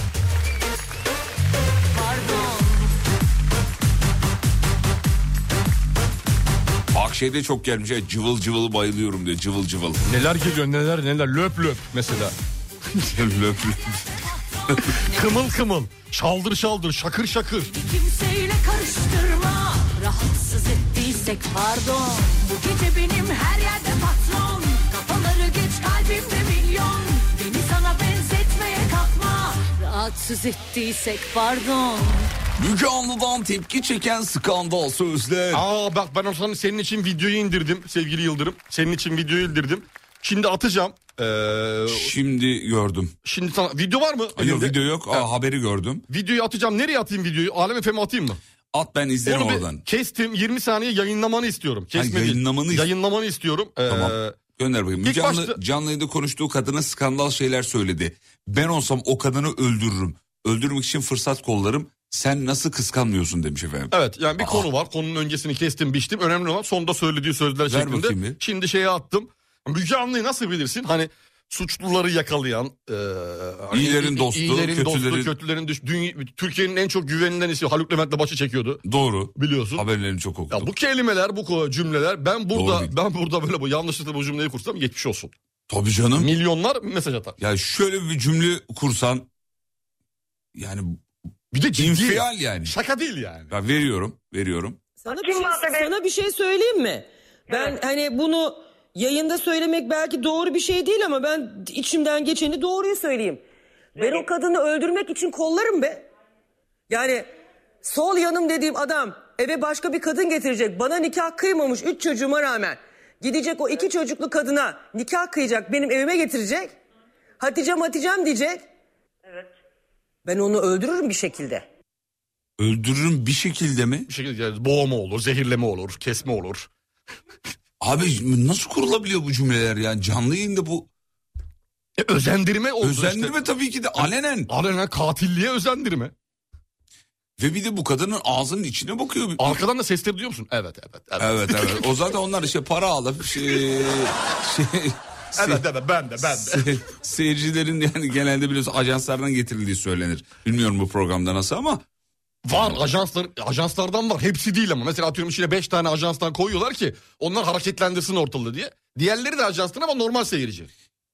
S3: Bak şey de çok gelmiş ya cıvıl cıvıl bayılıyorum diyor cıvıl cıvıl. <laughs>
S5: Neler geliyor neler neler löp löp mesela.
S3: Löp löp.
S5: Kımıl kımıl. Çaldır çaldır şakır şakır.
S1: kimseyle karıştırma rahatsız ettiysek pardon bu gece benim her yerde patron kafaları geç kalbimde milyon beni sana benzetmeye kalkma rahatsız ettiysek pardon
S3: Müge Anlı'dan tepki çeken skandal sözler.
S5: Aa bak ben o zaman senin için videoyu indirdim sevgili Yıldırım. Senin için videoyu indirdim. Şimdi atacağım. Ee,
S3: Şimdi gördüm.
S5: şimdi sana video var mı?
S3: Ay, Yok
S5: Elinde?
S3: video yok. Aa, haberi gördüm.
S5: Videoyu atacağım. Nereye atayım videoyu? Alem FM'e atayım mı?
S3: At ben izlerim
S5: bir
S3: oradan.
S5: kestim. 20 saniye yayınlamanı istiyorum. Kesme değil.
S3: yayınlamanı ist-
S5: Yayınlamanı istiyorum. Ee,
S3: Tamam. Gönder bakayım.
S5: İlk
S3: Müge Anlı
S5: başta-
S3: canlı yayında konuştuğu kadına skandal şeyler söyledi. Ben olsam o kadını öldürürüm. Öldürmek için fırsat kollarım. Sen nasıl kıskanmıyorsun demiş efendim.
S5: Evet yani
S3: Ah.
S5: bir konu var. Konunun öncesini kestim biçtim. Önemli olan sonda söylediği sözler
S3: bakayım
S5: şeklinde.
S3: bir.
S5: Şimdi şeye attım. Müge Anlı'yı nasıl bilirsin? Hani suçluları yakalayan... eee, hani
S3: İyilerin dostu,
S5: iyilerin dostu,
S3: kötülerin-
S5: kötülerin düş- dünya- Türkiye'nin en çok güvenilen ismi Haluk Levent'le başı çekiyordu.
S3: Doğru.
S5: Biliyorsun.
S3: Haberlerini çok okudum.
S5: Ya bu kelimeler, bu ko- cümleler ben
S3: Doğru
S5: burada
S3: değil.
S5: ben burada böyle bu yanlışlıkla bu cümleyi kursam geçmiş olsun.
S3: Tabii canım.
S5: Milyonlar mesaj atar.
S3: Ya şöyle bir cümle kursan yani
S5: Bir de ciddi.
S3: infial yani.
S5: Şaka değil yani.
S3: Ya veriyorum, veriyorum.
S10: Sana bir, şey, sana bir şey söyleyeyim mi? Ben hani bunu yayında söylemek belki doğru bir şey değil ama ben içimden geçeni doğruyu söyleyeyim. Ben o kadını öldürmek için kollarım be. Yani sol yanım dediğim adam eve başka bir kadın getirecek. Bana nikah kıymamış üç çocuğuma rağmen. Gidecek o iki çocuklu kadına nikah kıyacak benim evime getirecek. Hatice'm Hatice'm diyecek. Evet. Ben onu öldürürüm bir şekilde.
S3: Öldürürüm bir şekilde mi?
S5: Bir şekilde yani boğma olur, zehirleme olur, kesme olur.
S3: Abi nasıl kurulabiliyor bu cümleler ya? Canlı yayında bu
S5: E, özendirme oldu
S3: özendirme
S5: işte.
S3: tabii ki de alenen.
S5: Alenen katilliğe özendirme.
S3: Ve bir de bu kadının ağzının içine bakıyor.
S5: Arkadan da sesleri duyuyor musun? Evet evet. Evet
S3: Evet evet. O zaten onlar işte para alıp şey, şey,
S5: evet, evet, ben de ben de.
S3: se- seyircilerin yani genelde biliyorsun ajanslardan getirildiği söylenir. Bilmiyorum bu programda nasıl ama
S5: Var ajanslar, ajanslardan var. Hepsi değil ama. Mesela atıyorum içine 5 tane ajanstan koyuyorlar ki onlar hareketlendirsin ortalığı diye. Diğerleri de ajanstan ama normal seyirci.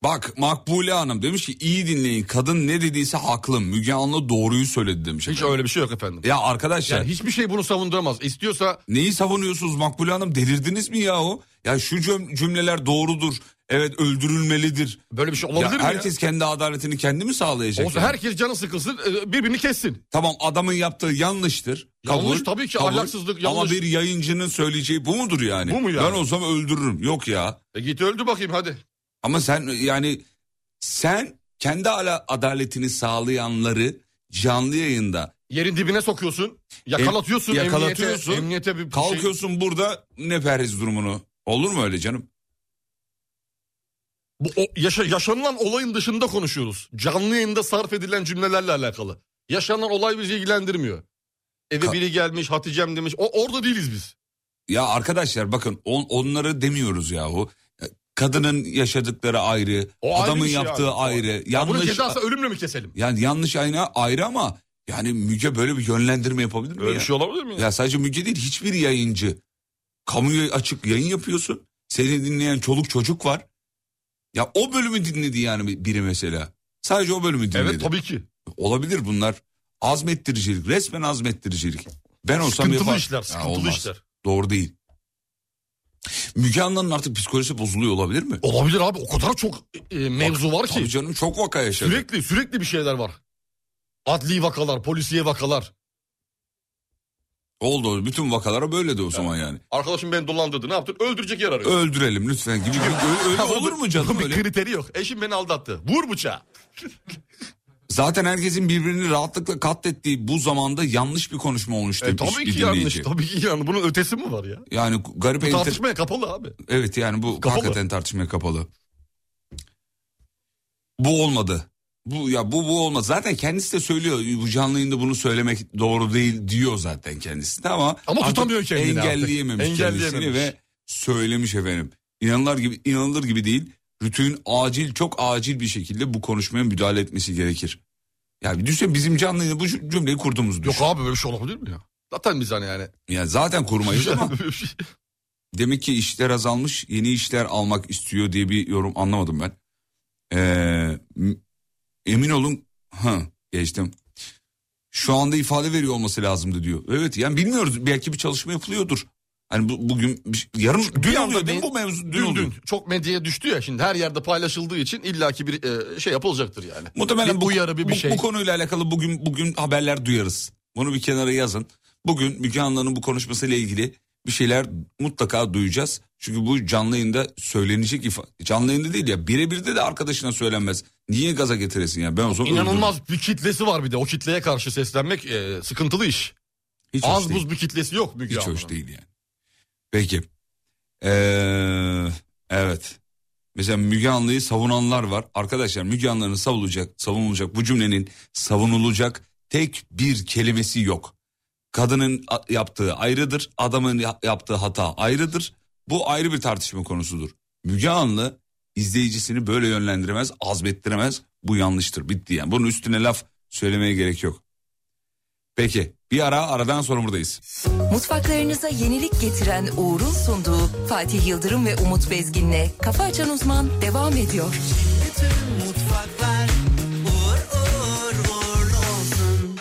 S3: bak Makbule Hanım demiş ki iyi dinleyin kadın ne dediyse haklı. Müge Anlı doğruyu söyledi demiş.
S5: Hiç
S3: efendim.
S5: öyle bir şey yok efendim.
S3: Ya arkadaşlar
S5: Yani hiçbir şey bunu savunduramaz. İstiyorsa
S3: Neyi savunuyorsunuz Makbule Hanım? Delirdiniz mi yahu? Ya şu cüm- cümleler doğrudur. Evet öldürülmelidir.
S5: böyle bir şey
S3: Ya
S5: olabilir mi
S3: herkes kendi adaletini kendi mi
S5: ya?
S3: sağlayacak?
S5: Olsa
S3: yani?
S5: herkes canı sıkılsın e, birbirini kessin.
S3: Tamam adamın yaptığı yanlıştır.
S5: Yanlış, tabii ki, ahlaksızlık, yanlış.
S3: Ama bir yayıncının söyleyeceği bu mudur yani?
S5: Bu mu yani?
S3: Ben olsam öldürürüm. Yok ya.
S5: E git öldü bakayım hadi.
S3: Ama sen yani sen kendi ala- adaletini sağlayanları canlı yayında
S5: Yerin dibine sokuyorsun. Yakalatıyorsun.
S3: Em-
S5: emniyete-
S3: yakalatıyorsun.
S5: Emniyete, bir şey.
S3: kalkıyorsun burada ne perhiz durumunu. Olur mu öyle canım?
S5: Bu, o- yaşa- yaşanılan olayın dışında konuşuyoruz. Canlı yayında sarf edilen cümlelerle alakalı. Yaşanan olay bizi ilgilendirmiyor. Eve
S3: Ka-
S5: biri gelmiş Hatice'm demiş. O, orada değiliz biz.
S3: Ya arkadaşlar bakın on, onları demiyoruz yahu. Kadının yaşadıkları ayrı,
S5: O ayrı
S3: adamın
S5: bir şey
S3: yaptığı
S5: abi.
S3: ayrı.
S5: Ya bunun
S3: yanlış
S5: cezası ölümle mi keselim?
S3: yani yanlış ayna ayrı ama yani Müge böyle bir yönlendirme yapabilir mi
S5: Böyle
S3: ya?
S5: bir şey olabilir mi? ya?
S3: Ya sadece Müge değil hiçbir yayıncı. Kamuya açık yayın yapıyorsun. Seni dinleyen çoluk çocuk var. Ya o bölümü dinledi yani biri mesela. Sadece o bölümü dinledi.
S5: evet tabii ki.
S3: Olabilir bunlar. Azmettiricilik, resmen azmettiricilik. Ben olsam
S5: Sıkıntılı
S3: yapar-
S5: işler,
S3: Ya
S5: sıkıntılı
S3: olmaz.
S5: işler.
S3: Doğru değil. Müge Anlı'nın artık psikolojisi bozuluyor olabilir mi?
S5: Olabilir abi o kadar çok e, mevzu var ki.
S3: Tabii canım çok vaka yaşadı.
S5: Sürekli sürekli bir şeyler var. Adli vakalar, polisiye vakalar.
S3: Oldu bütün vakalara böyle de o zaman yani.
S5: Arkadaşım beni dolandırdı ne yaptın? Öldürecek yer arıyor.
S3: Öldürelim lütfen gibi. Öyle, öyle olur mu canım öyle?
S5: Bir kriteri yok. Eşim beni aldattı. Vur bıçağı.
S3: Zaten herkesin birbirini rahatlıkla katlettiği bu zamanda yanlış bir konuşma olmuş
S5: E,
S3: demiş
S5: tabii
S3: bir
S5: ki yanlış.
S3: dinleyici.
S5: Tabii ki yanlış. Bunun ötesi mi var ya?
S3: Yani garip enter-
S5: Tartışmaya kapalı abi.
S3: Evet yani bu
S5: Kapalı.
S3: hakikaten tartışmaya kapalı. Bu olmadı. Bu ya bu bu olmaz. Zaten kendisi de söylüyor. Bu canlı yayında bunu söylemek doğru değil diyor zaten kendisi de ama
S5: Ama
S3: artık
S5: tutamıyor kendini artık.
S3: engelleyememiş,
S5: Engelleyememiş.
S3: kendisini ve söylemiş efendim. İnanılır gibi inanılır gibi değil. Rütü'nün acil çok acil bir şekilde bu konuşmaya müdahale etmesi gerekir. Ya bir düşünsene bizim canlı yayında bu cü- cümleyi kurduğumuzu
S5: Yok
S3: düşün.
S5: abi böyle bir şey olabilir mi ya? Zaten biz hani yani. şey-
S3: Yani zaten kurmayız
S5: <laughs>
S3: ama Demek ki işler azalmış yeni işler almak istiyor diye bir yorum anlamadım ben. Ee, m- emin olun ha geçtim. Şu anda ifade veriyor olması lazımdı diyor. Evet yani bilmiyoruz belki bir çalışma yapılıyordur. Hani bu, bugün bir şey- yarın dün
S5: anda
S3: oluyor değil mi
S5: bir-
S3: bu mevzu? Dün,
S5: dün
S3: oluyor.
S5: dün çok medyaya düştü ya şimdi her yerde paylaşıldığı için illaki bir e, şey yapılacaktır yani.
S3: Muhtemelen
S5: bir
S3: bu,
S5: uyarı bir, bir
S3: bu-
S5: şey.
S3: bu konuyla alakalı bugün bugün haberler duyarız. Bunu bir kenara yazın. Bugün Müge Anlı'nın bu konuşmasıyla ilgili bir şeyler mutlaka duyacağız. Çünkü bu canlı yayında söylenecek ifade. Canlı yayında değil ya birebirde de arkadaşına söylenmez. Niye gaza getiresin ya ben o zaman öldürürüm.
S5: İnanılmaz bir kitlesi var bir de. O kitleye karşı seslenmek e, sıkıntılı iş.
S3: Hiç hoş
S5: Az
S3: değil.
S5: buz bir kitlesi yok Müge
S3: Hiç
S5: Anlı'nın.
S3: hoş değil yani. Peki. Ee, evet. Mesela Müge Anlı'yı savunanlar var. Arkadaşlar Müge Anlı'nın savunulacak, savunulacak bu cümlenin savunulacak tek bir kelimesi yok. Kadının a- yaptığı ayrıdır, adamın ya- yaptığı hata ayrıdır. Bu ayrı bir tartışma konusudur. Müge Anlı izleyicisini böyle yönlendiremez, azmettiremez. Bu yanlıştır, bitti yani. Bunun üstüne laf söylemeye gerek yok. Peki, bir ara aradan sonra buradayız.
S7: Mutfaklarınıza yenilik getiren Uğur'un sunduğu Fatih Yıldırım ve Umut Bezgin'le Kafa Açan Uzman devam ediyor.
S11: Mutfaklar uğur uğur uğurlu olsun.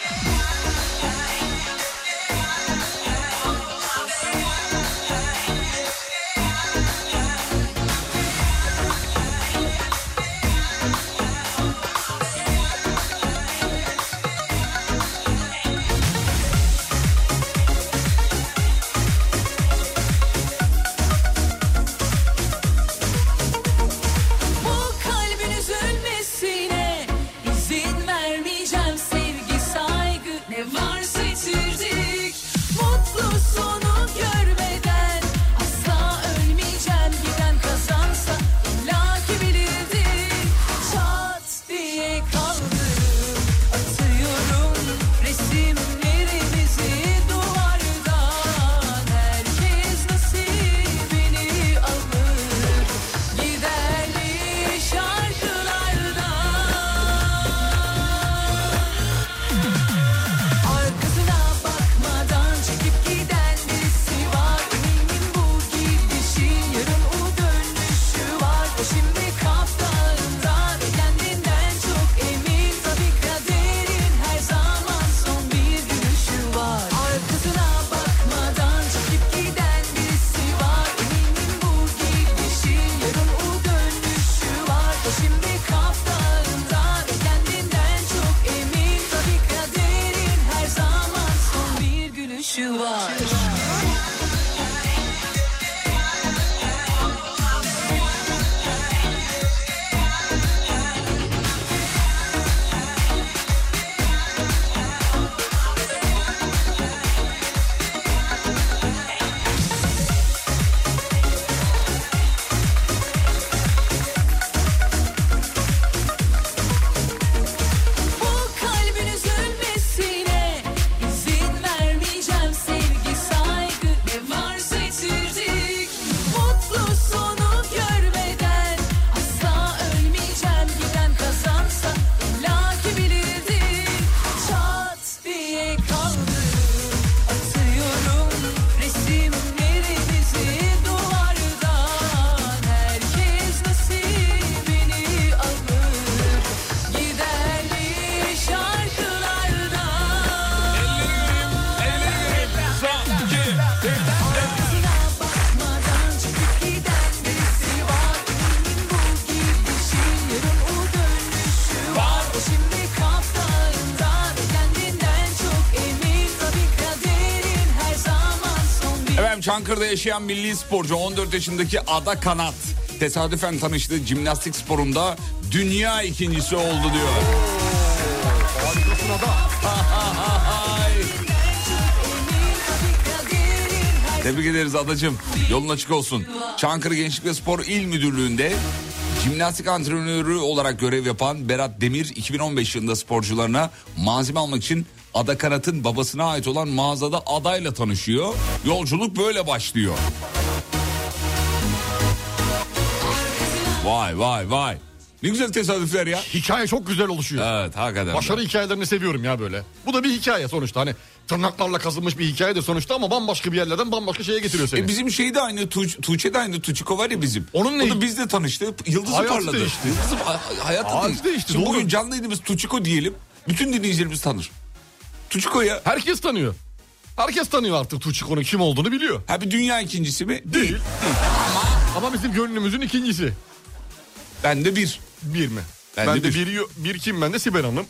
S1: Bu kalbin üzülmesine izin vermeyeceğim sevgi saygı ne varsa yitirdik mutlu sonu görmeden asla ölmeyeceğim giden kazansa illaki bilirdi çat diye kaldırıp atıyorum resimlerimizi duvardan herkes nasibini alır. Giderli şarkılardan Arkasına bakmadan çekip giden birisi var Eminim bu gidişin yarın o dönüşü var O şimdi kaplarında ve kendinden çok emin Tabii kaderin her zaman son bir gülüşü var Arkasına bakmadan çekip giden birisi var Eminim bu gidişin yarın o dönüşü var O şimdi kaplarında ve kendinden çok emin Tabii kaderin her zaman son bir gülüşü var Bu kalbin üzülmesine izin vermeyeceğim sevgi saygı ne varsa yitirdik mutlu sonu görmeden asla ölmeyeceğim giden kazansa illaki bilirdi çat diye kaldırıp atıyorum resimlerimizi duvardan herkes nasibini alır. Giderli şarkılardan Arkasına bakmadan çıkıp giden birisi var Eminim bu gidişin yarın o dönüşü var O şimdi kaplarında ve kendinden çok emin Tabii kaderin her zaman son bir
S3: Efendim Çankırı'da yaşayan milli sporcu 14 yaşındaki Ada Kanat tesadüfen tanıştığı jimnastik sporunda dünya ikincisi oldu diyor. <laughs> Tebrik ederiz adacım. Yolun açık olsun. Çankırı Gençlik ve Spor İl Müdürlüğü'nde jimnastik antrenörü olarak görev yapan Berat Demir 2015 yılında sporcularına malzeme almak için Ada Kanat'ın babasına ait olan mağazada adayla tanışıyor. Yolculuk böyle başlıyor. Vay vay vay. Ne güzel tesadüfler ya.
S5: Hikaye çok güzel oluşuyor.
S3: Evet hakikaten.
S5: Başarı hikayelerini seviyorum ya böyle. Bu da bir hikaye sonuçta hani tırnaklarla kazınmış bir hikayedir sonuçta ama bambaşka bir yerlerden bambaşka şeye getiriyor seni.
S3: E bizim şey de aynı Tuğ- Tuğçe de aynı Tuçiko var ya bizim.
S5: Onun ne-
S3: O da bizde tanıştı. Yıldız'ı
S5: Hayatı
S3: parladı.
S5: değişti.
S3: Yıldız'ı ha- hayatı
S5: Hayatı
S3: değişti.
S5: değişti,
S3: Şimdi
S5: doğru.
S3: bugün canlı yayınımız Tuçiko diyelim. Bütün dinleyicilerimiz tanır. Tuçiko ya.
S5: Herkes tanıyor. Herkes tanıyor artık Tuçiko'nun kim olduğunu biliyor.
S3: Ha bir dünya ikincisi mi?
S5: Değil. Ama bizim gönlümüzün ikincisi.
S3: Ben de bir.
S5: Bir mi?
S3: Ben
S5: Ben,
S3: de
S5: de,
S3: bir.
S5: bir. yo- bir kim ben de Sibel Hanım.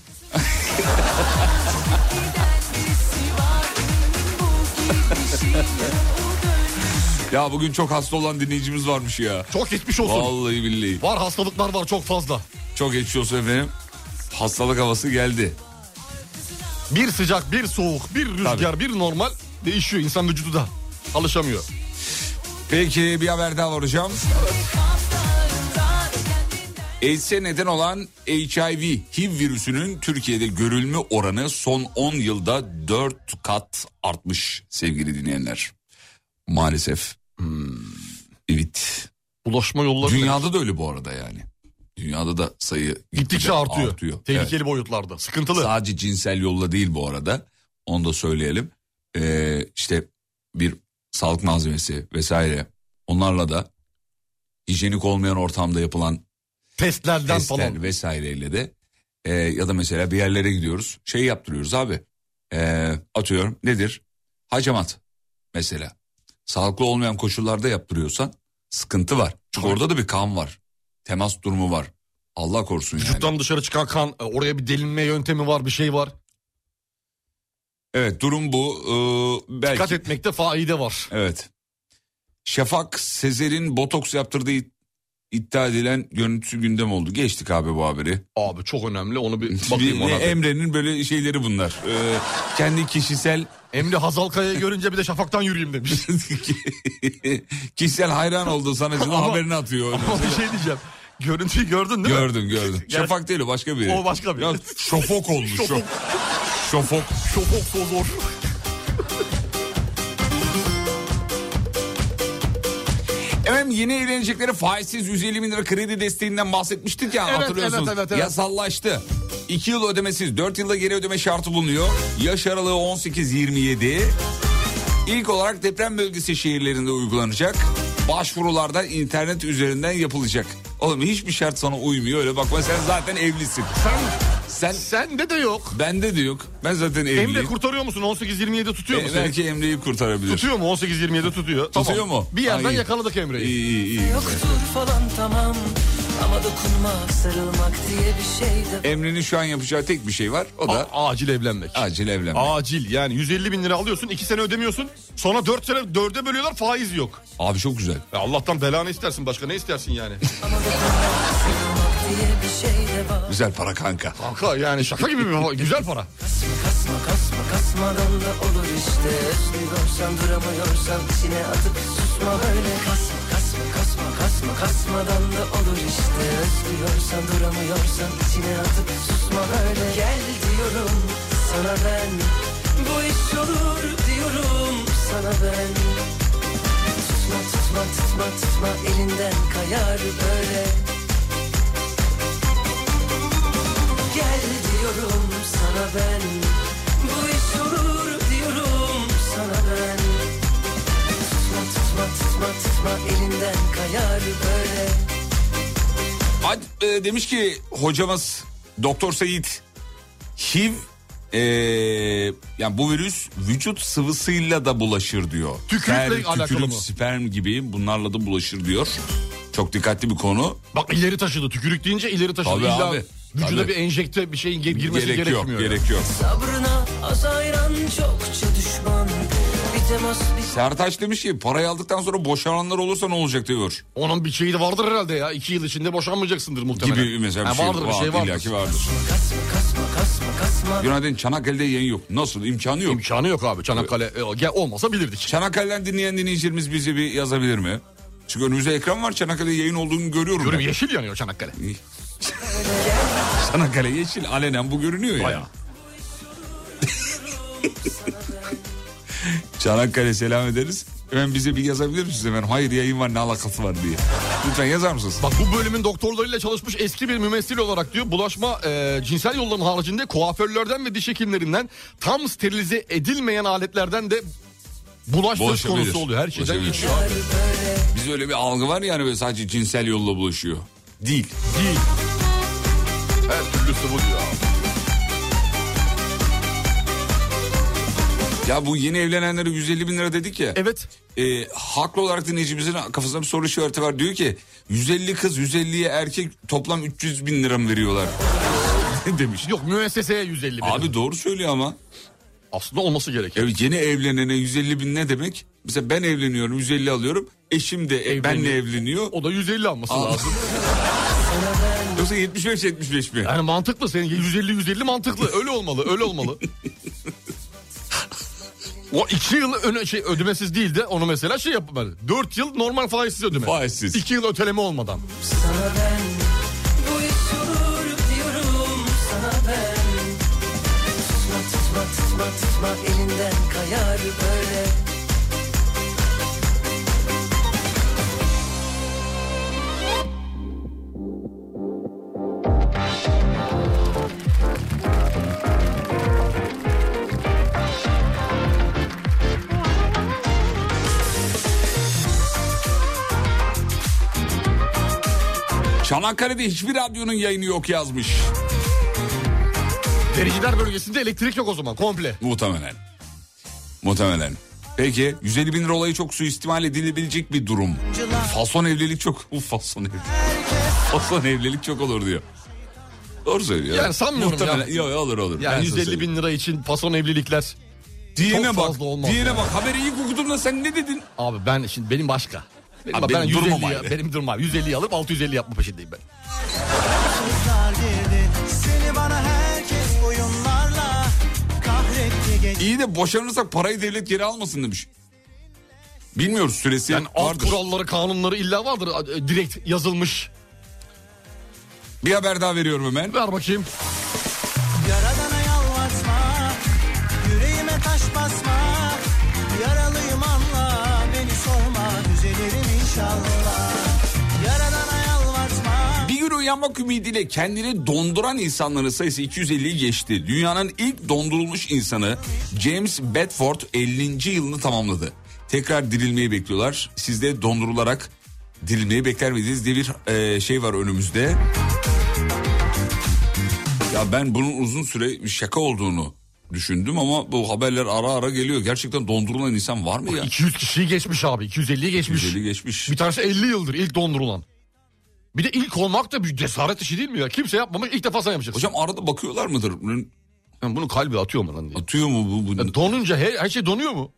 S3: Ya bugün çok hasta olan dinleyicimiz varmış ya.
S5: Çok geçmiş olsun.
S3: Vallahi billahi.
S5: Var hastalıklar var çok fazla.
S3: Çok geçmiş olsun efendim. Hastalık havası geldi.
S5: Bir sıcak, bir soğuk, bir rüzgar,
S3: Tabii.
S5: bir normal değişiyor insan vücudu da. Alışamıyor.
S3: Peki bir haber daha var hocam.
S1: kaplarından
S3: AIDS'e e neden olan HIV, HIV virüsünün Türkiye'de görülme oranı son 10 yılda 4 kat artmış sevgili dinleyenler. Maalesef. Hmm. Evet.
S5: Ulaşma yolları.
S3: Dünyada da öyle bu arada yani. Dünyada da sayı
S5: Gittikçe artıyor.
S3: Evet.
S5: Tehlikeli boyutlarda. Sıkıntılı.
S3: Sadece cinsel yolla değil bu arada. Onu da söyleyelim. Ee, işte bir sağlık malzemesi vesaire. Onlarla da hijyenik olmayan ortamda yapılan
S5: Testlerden
S3: testler
S5: falan.
S3: vesaireyle de e, ya da mesela bir yerlere gidiyoruz. Şey yaptırıyoruz abi. E, atıyorum nedir? Hacamat mesela. Sağlıklı olmayan koşullarda yaptırıyorsan sıkıntı var. Çünkü orada da bir kan var. Temas durumu var. Allah korusun yani.
S5: Vücuttan dışarı çıkan kan. e, Oraya bir delinme yöntemi var. Bir şey var.
S3: Evet durum bu. Ee, belki
S5: Dikkat etmekte faide var.
S3: Evet. Şafak Sezer'in botoks yaptırdığı it- iddia edilen görüntüsü gündem oldu. Geçtik abi bu haberi.
S5: Abi çok önemli. Onu bir
S3: Bir-
S5: bakayım ona. da.
S3: Emre'nin böyle şeyleri bunlar. Ee, kendi kişisel <laughs>
S5: Emre Hazalkaya'yı görünce bir de şafaktan yürüyeyim demiş. <laughs>
S3: kişisel hayran olduğu sanatçının
S5: Ama-
S3: haberini atıyor.
S5: Ama bir şey diyeceğim. Görüntüyü gördün değil mi?
S3: gördüm gördüm. Şafak değil o başka biri.
S5: O başka biri.
S3: Ya,
S5: <laughs>
S3: şofok olmuş. şofok. şofok.
S5: Şofok sozor.
S3: Efendim yeni evlenecekleri faizsiz 150 bin lira kredi desteğinden bahsetmiştik ya
S5: Evet,
S3: hatırlıyorsunuz.
S5: evet, evet, evet.
S3: Yasallaştı. 2 yıl ödemesiz 4 yılda geri ödeme şartı bulunuyor. Yaş aralığı 18-27. İlk olarak deprem bölgesi şehirlerinde uygulanacak. Başvurularda internet üzerinden yapılacak. Oğlum hiçbir şart sana uymuyor öyle bakma sen zaten evlisin.
S5: Sen,
S3: Sen
S5: sende de yok.
S3: bende de yok. Ben zaten evliyim.
S5: Emre kurtarıyor musun? 18-27 tutuyor mu
S3: E,
S5: seni?
S3: belki Emre'yi kurtarabilir.
S5: Tutuyor mu? 18-27 tutuyor.
S3: Tutuyor
S5: Tamam.
S3: mu?
S5: Bir yerden
S3: Ay.
S5: yakaladık Emre'yi.
S3: İyi iyi iyi.
S1: Yoktur falan tamam ama dokunmak sarılmak diye bir şey de
S3: Emre'nin şu an yapacağı tek bir şey var. O da
S5: A- acil evlenmek.
S3: acil evlenme.
S5: Acil yani 150 bin lira alıyorsun 2 sene ödemiyorsun sonra 4 sene 4'e bölüyorlar faiz yok.
S3: Abi çok güzel.
S5: Ya Allah'tan belanı istersin başka ne
S3: <laughs>
S5: istersin yani.
S1: diye bir şey de var
S3: Güzel para kanka.
S5: Kanka yani şaka gibi bir para, güzel para.
S1: Kasma kasma kasmadan da olur işte Özlüyorsan duramıyorsan içine atıp susma böyle Kasma kasma kasma kasma kasmadan da olur işte Özlüyorsan duramıyorsan içine atıp susma böyle Gel diyorum sana ben Bu iş olur diyorum sana ben Tutma tutma tutma tutma elinden kayar böyle Gel diyorum sana ben Bu iş olur diyorum sana ben Tutma tutma tutma tutma elinden kayar böyle
S3: Ad, e, demiş ki hocamız Doktor Seyit HIV e, yani bu virüs vücut sıvısıyla da bulaşır diyor.
S5: Tükürükle
S3: Ter,
S5: alakalı
S3: tükürük,
S5: mı?
S3: sperm gibi bunlarla da bulaşır diyor. Çok dikkatli bir konu.
S5: Bak ileri taşıdı tükürük deyince ileri taşıdı.
S3: Tabii
S5: İlla
S3: abi,
S5: Vücuda
S3: tabii.
S5: bir enjekte bir şeyin ge- girmesi
S3: gerek yok,
S5: gerekmiyor.
S3: gerek yok.
S1: Sabrına az ayran çokça düşman Bir temas bir
S3: Sertaç demiş ki parayı aldıktan sonra boşananlar olursa ne olacak diyor.
S5: Onun bir şeyi de vardır herhalde ya. 2 yıl içinde boşanmayacaksındır muhtemelen.
S3: Gibi mesela bir
S5: Ha,
S3: şey
S5: vardır bir şey vardır.
S3: illaki vardır.
S1: kasma kasma kasma kasma
S3: Günaydın Çanakkale'de yayın yok. Nasıl imkanı yok.
S5: İmkanı yok abi Çanakkale e, gel olmasa bilirdik.
S3: Çanakkale'den dinleyen dinleyicilerimiz bize bir yazabilir mi? Çünkü önümüzde ekran var Çanakkale yayın olduğunu görüyorum.
S5: Görüm
S3: ben.
S5: yeşil yanıyor Çanakkale.
S3: Çanakkale yeşil alenen bu görünüyor ya.
S5: Bayağı.
S3: <laughs> Çanakkale selam ederiz. Hemen bize bir yazabilir misiniz hemen? Hayır yayın var ne alakası var diye. Lütfen yazar mısınız?
S5: Bak bu bölümün doktorlarıyla çalışmış eski bir mümessil olarak diyor bulaşma e, cinsel yolların haricinde kuaförlerden ve diş hekimlerinden tam sterilize edilmeyen aletlerden de bulaş söz
S3: Bulaşabilir.
S5: konusu oluyor. Her şeyden
S3: Bulaşabilir.
S5: geçiyor.
S3: Bizde öyle bir algı var yani böyle sadece cinsel yolla bulaşıyor. Değil.
S5: Değil. Her türlüsü bu diyor abi.
S3: Ya bu yeni evlenenlere 150 bin lira dedik ya.
S5: Evet.
S3: E, haklı olarak dinleyicimizin kafasında bir soru işareti var. Diyor ki 150 kız 150'ye erkek toplam 300 bin lira mı
S5: <laughs>
S3: veriyorlar? demiş.
S5: Yok müesseseye 150 bin.
S3: Abi doğru söylüyor ama.
S5: Aslında olması gerekiyor.
S3: Evet, yeni evlenene 150 bin ne demek? Mesela ben evleniyorum 150 alıyorum. Eşim de e,
S5: Evleniyor.
S3: benle evleniyor.
S5: O da 150 alması
S3: Al.
S5: lazım.
S3: Yoksa 75-75 mi?
S5: Yani mantıklı senin 150 150 mantıklı. Öyle olmalı,
S3: <laughs>
S5: öyle olmalı. O iki yıl öne, şey, ödemesiz değil de onu mesela şey yapmalı. Dört yıl normal faizsiz ödeme.
S3: Faizsiz.
S5: İki yıl öteleme olmadan.
S1: sana ben Bu Tutma tutma elinden kayar böyle
S3: Çanakkale'de hiçbir radyonun yayını yok yazmış.
S5: Dericiler bölgesinde elektrik yok o zaman komple.
S3: Muhtemelen. Muhtemelen. Peki 150 bin lira olayı çok suistimal edilebilecek bir durum. Fason evlilik çok. Uf fason evlilik. Fason evlilik çok olur diyor. Doğru söylüyor.
S5: Yani sanmıyorum
S3: Muhtemelen.
S5: ya.
S3: Yok olur olur.
S5: Yani
S3: Ben size
S5: 150
S3: söyleyeyim.
S5: bin lira için fason evlilikler
S3: Diyene
S5: çok
S3: bak,
S5: fazla olmaz.
S3: diyene bak. Haberi ilk okudum da sen ne dedin?
S5: Abi ben şimdi benim başka. Benim,
S3: Abi
S5: bak- ben
S3: benim durumum
S5: 150 ya-
S3: ayrı.
S5: benim durumum abi. 150 alıp 650 yapma peşindeyim ben.
S12: Kızlar girdi Seni bana herkes oyunlarla Kahretti gece
S3: İyi de boşanırsak parayı devlet geri almasın demiş. Bilmiyoruz süresi
S5: Yani alt
S3: vardır.
S5: kuralları kanunları illa vardır e, direkt yazılmış.
S3: Bir haber daha veriyorum hemen.
S5: Ver bakayım.
S12: Yaradana yalvartma Yüreğime taş basma Yaralıyım anla Beni sorma Düzelirim inşallah Yaradana yalvartma
S3: Bir gün uyanmak ümidiyle kendini donduran insanların sayısı 250'yi geçti. Dünyanın ilk dondurulmuş insanı James Bedford 50. yılını tamamladı. Tekrar dirilmeyi bekliyorlar. Siz de dondurularak dirilmeyi bekler miydiniz diye bir e, şey var önümüzde. Ya ben bunun uzun süre bir şaka olduğunu düşündüm ama bu haberler ara ara geliyor. Gerçekten dondurulan insan var mı ya?
S5: 200 kişiyi geçmiş abi. 250'yi geçmiş.
S3: 250 geçmiş.
S5: Bir tanesi 50 yıldır ilk dondurulan. Bir de ilk olmak da bir cesaret işi değil mi ya? Kimse yapmamış ilk defa sen yapacaksın.
S3: Hocam arada bakıyorlar mıdır?
S5: Yani bunu kalbi atıyor mu lan diye.
S3: Atıyor mu bu? bu-
S5: Ya donunca her, her şey donuyor mu?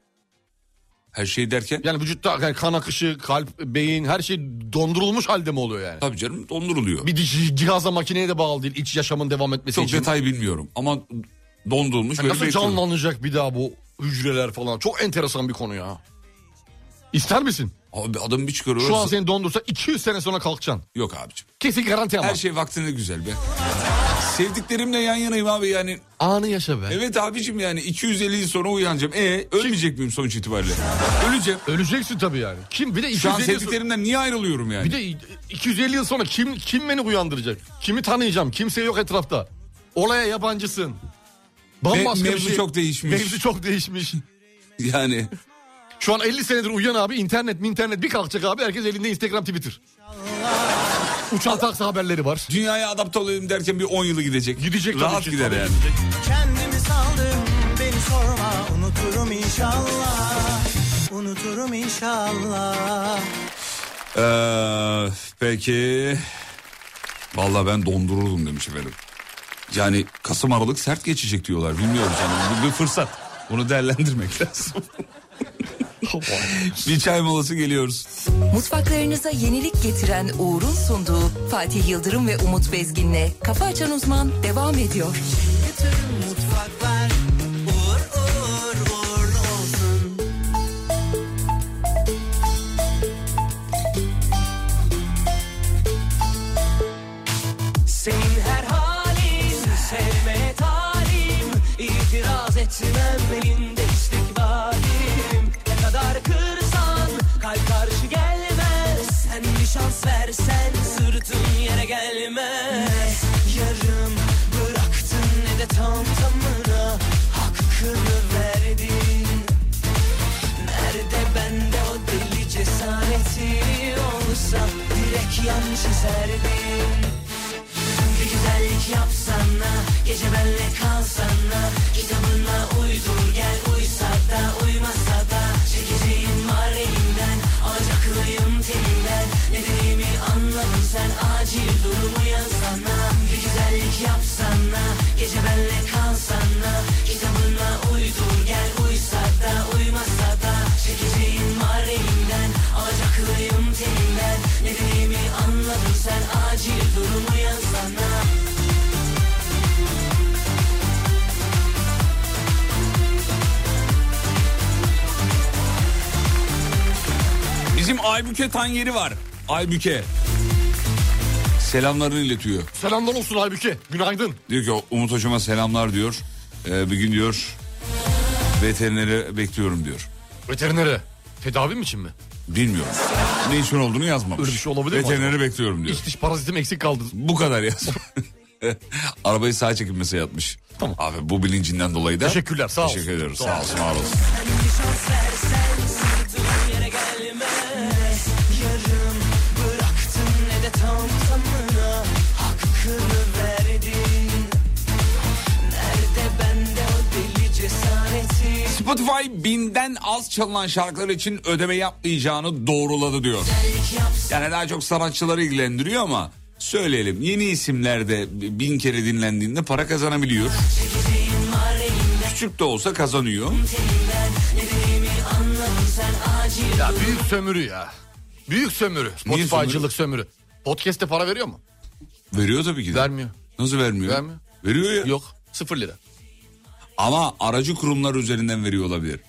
S3: Her şey derken?
S5: Yani vücutta yani kan akışı, kalp, beyin her şey dondurulmuş halde mi oluyor yani?
S3: Tabii canım donduruluyor.
S5: Bir diş- cihazla makineye de bağlı değil iç yaşamın devam etmesi
S3: Çok şey
S5: için.
S3: detay bilmiyorum ama dondurulmuş
S5: Yani
S3: böyle
S5: nasıl
S3: bekliyorum.
S5: canlanacak bir daha bu hücreler falan? Çok enteresan bir konu ya. İster misin?
S3: Abi adam bir çıkarıyor.
S5: Şu an seni dondursa 200 sene sonra kalkacaksın.
S3: Yok abicim.
S5: Kesin garanti ama.
S3: Her şey vaktinde güzel be. Sevdiklerimle yan yanayım abi yani.
S5: Anı yaşa be.
S3: Evet abicim yani 250 yıl sonra uyanacağım. E ölmeyecek miyim sonuç itibariyle? Öleceğim.
S5: Öleceksin tabii yani. Kim bir de
S3: Şu an
S5: 250 yıl, so-
S3: sevdiklerimden niye ayrılıyorum yani?
S5: bir de 250 yıl sonra kim kim beni uyandıracak? Kimi tanıyacağım? Kimse yok etrafta. Olaya yabancısın. Bambaşka
S3: Me-
S5: bir
S3: mevzu
S5: şey.
S3: çok değişmiş.
S5: Mevzu çok değişmiş.
S3: Yani
S5: Şu an 50 senedir uyuyan abi internet mi internet bir kalkacak abi herkes elinde Instagram Twitter. Uçan taksi haberleri var.
S3: dünyaya adapte olayım derken bir 10 yılı gidecek.
S5: Gidecek tabii
S3: Rahat
S5: ki,
S3: gider
S5: tabii
S3: yani.
S12: Kendimi saldım beni sorma unuturum inşallah unuturum inşallah
S3: Ee, peki. Vallahi ben dondururdum demiş efendim. Yani Kasım Aralık sert geçecek diyorlar. Bilmiyoruz yani. Bu bir fırsat. Bunu değerlendirmek <laughs> lazım. bir çay molası geliyoruz.
S2: Mutfaklarınıza yenilik getiren Uğur'un sunduğu Fatih Yıldırım ve Umut Bezgin'le Kafa Açan Uzman devam ediyor.
S12: mutfaklar uğur uğur uğurlu olsun
S7: Senin her halin sevmeye talim İtiraz etmem elinde istikbalim Ne kadar kırsan kalp karşı gelmez Sen bir şans versen sırtın yere gelmez Yarım bıraktın ne de tam tamına Hakkını verdin Nerede bende o deli cesareti olsa Direkt yan çizerdin bir güzellik yapsana Gece benle kalsana Kitabına uydur gel Uysa da uymasa da Çekeceğin var elimden Alacaklıyım telinden Ne dediğimi anladın sen Acil durumu yazsana Bir güzellik yapsana Gece benle kalsana Kitabına uydur gel Uysa da uymasa da Çekeceğin var elimden Alacaklıyım telinden Ne dediğimi anladın sen Acil durumu yazsana
S3: Bizim Aybüke Tanyeri var. Aybüke. Selamlarını iletiyor.
S5: Selamlar olsun halbuki. Günaydın.
S3: Diyor ki Umut hocama selamlar diyor. Ee, bir gün diyor Veterineri bekliyorum diyor.
S5: Veterinere. Tedavim için mi?
S3: Bilmiyorum. Ne için olduğunu yazmamış.
S5: Öyle bir şey olabilir mi
S3: Veterineri
S5: acaba?
S3: bekliyorum diyor.
S5: İç dış parazitim eksik kaldı.
S3: Bu kadar yaz. <laughs> Arabayı sağ çekilmesi yatmış. Tamam. Abi bu bilincinden dolayı da.
S5: Teşekkürler, sağ olsun.
S3: Teşekkür ediyoruz.
S5: Sağ
S3: Sağ olsun var olsun.
S12: Yarım bıraktın ne de tam tamına hakkını verdin. Nerede bende o deli cesareti?
S3: Spotify binden az çalınan şarkılar için ödeme yapmayacağını doğruladı diyor. Yani daha çok sanatçıları ilgilendiriyor ama söyleyelim yeni isimlerde bin kere dinlendiğinde para kazanabiliyor.
S12: Çekeceğin var elimden
S3: Küçük de olsa kazanıyor.
S12: telinden. Dediğimi anladın sen acil.
S5: Ya büyük sömürü ya. Büyük sömürü. Spotify'cılık sömürü. Podcast'e para veriyor mu?
S3: Veriyor tabii ki de.
S5: Vermiyor.
S3: Nasıl vermiyor?
S5: Vermiyor.
S3: Veriyor ya.
S5: Yok. Sıfır lira.
S3: Ama aracı kurumlar üzerinden veriyor olabilir.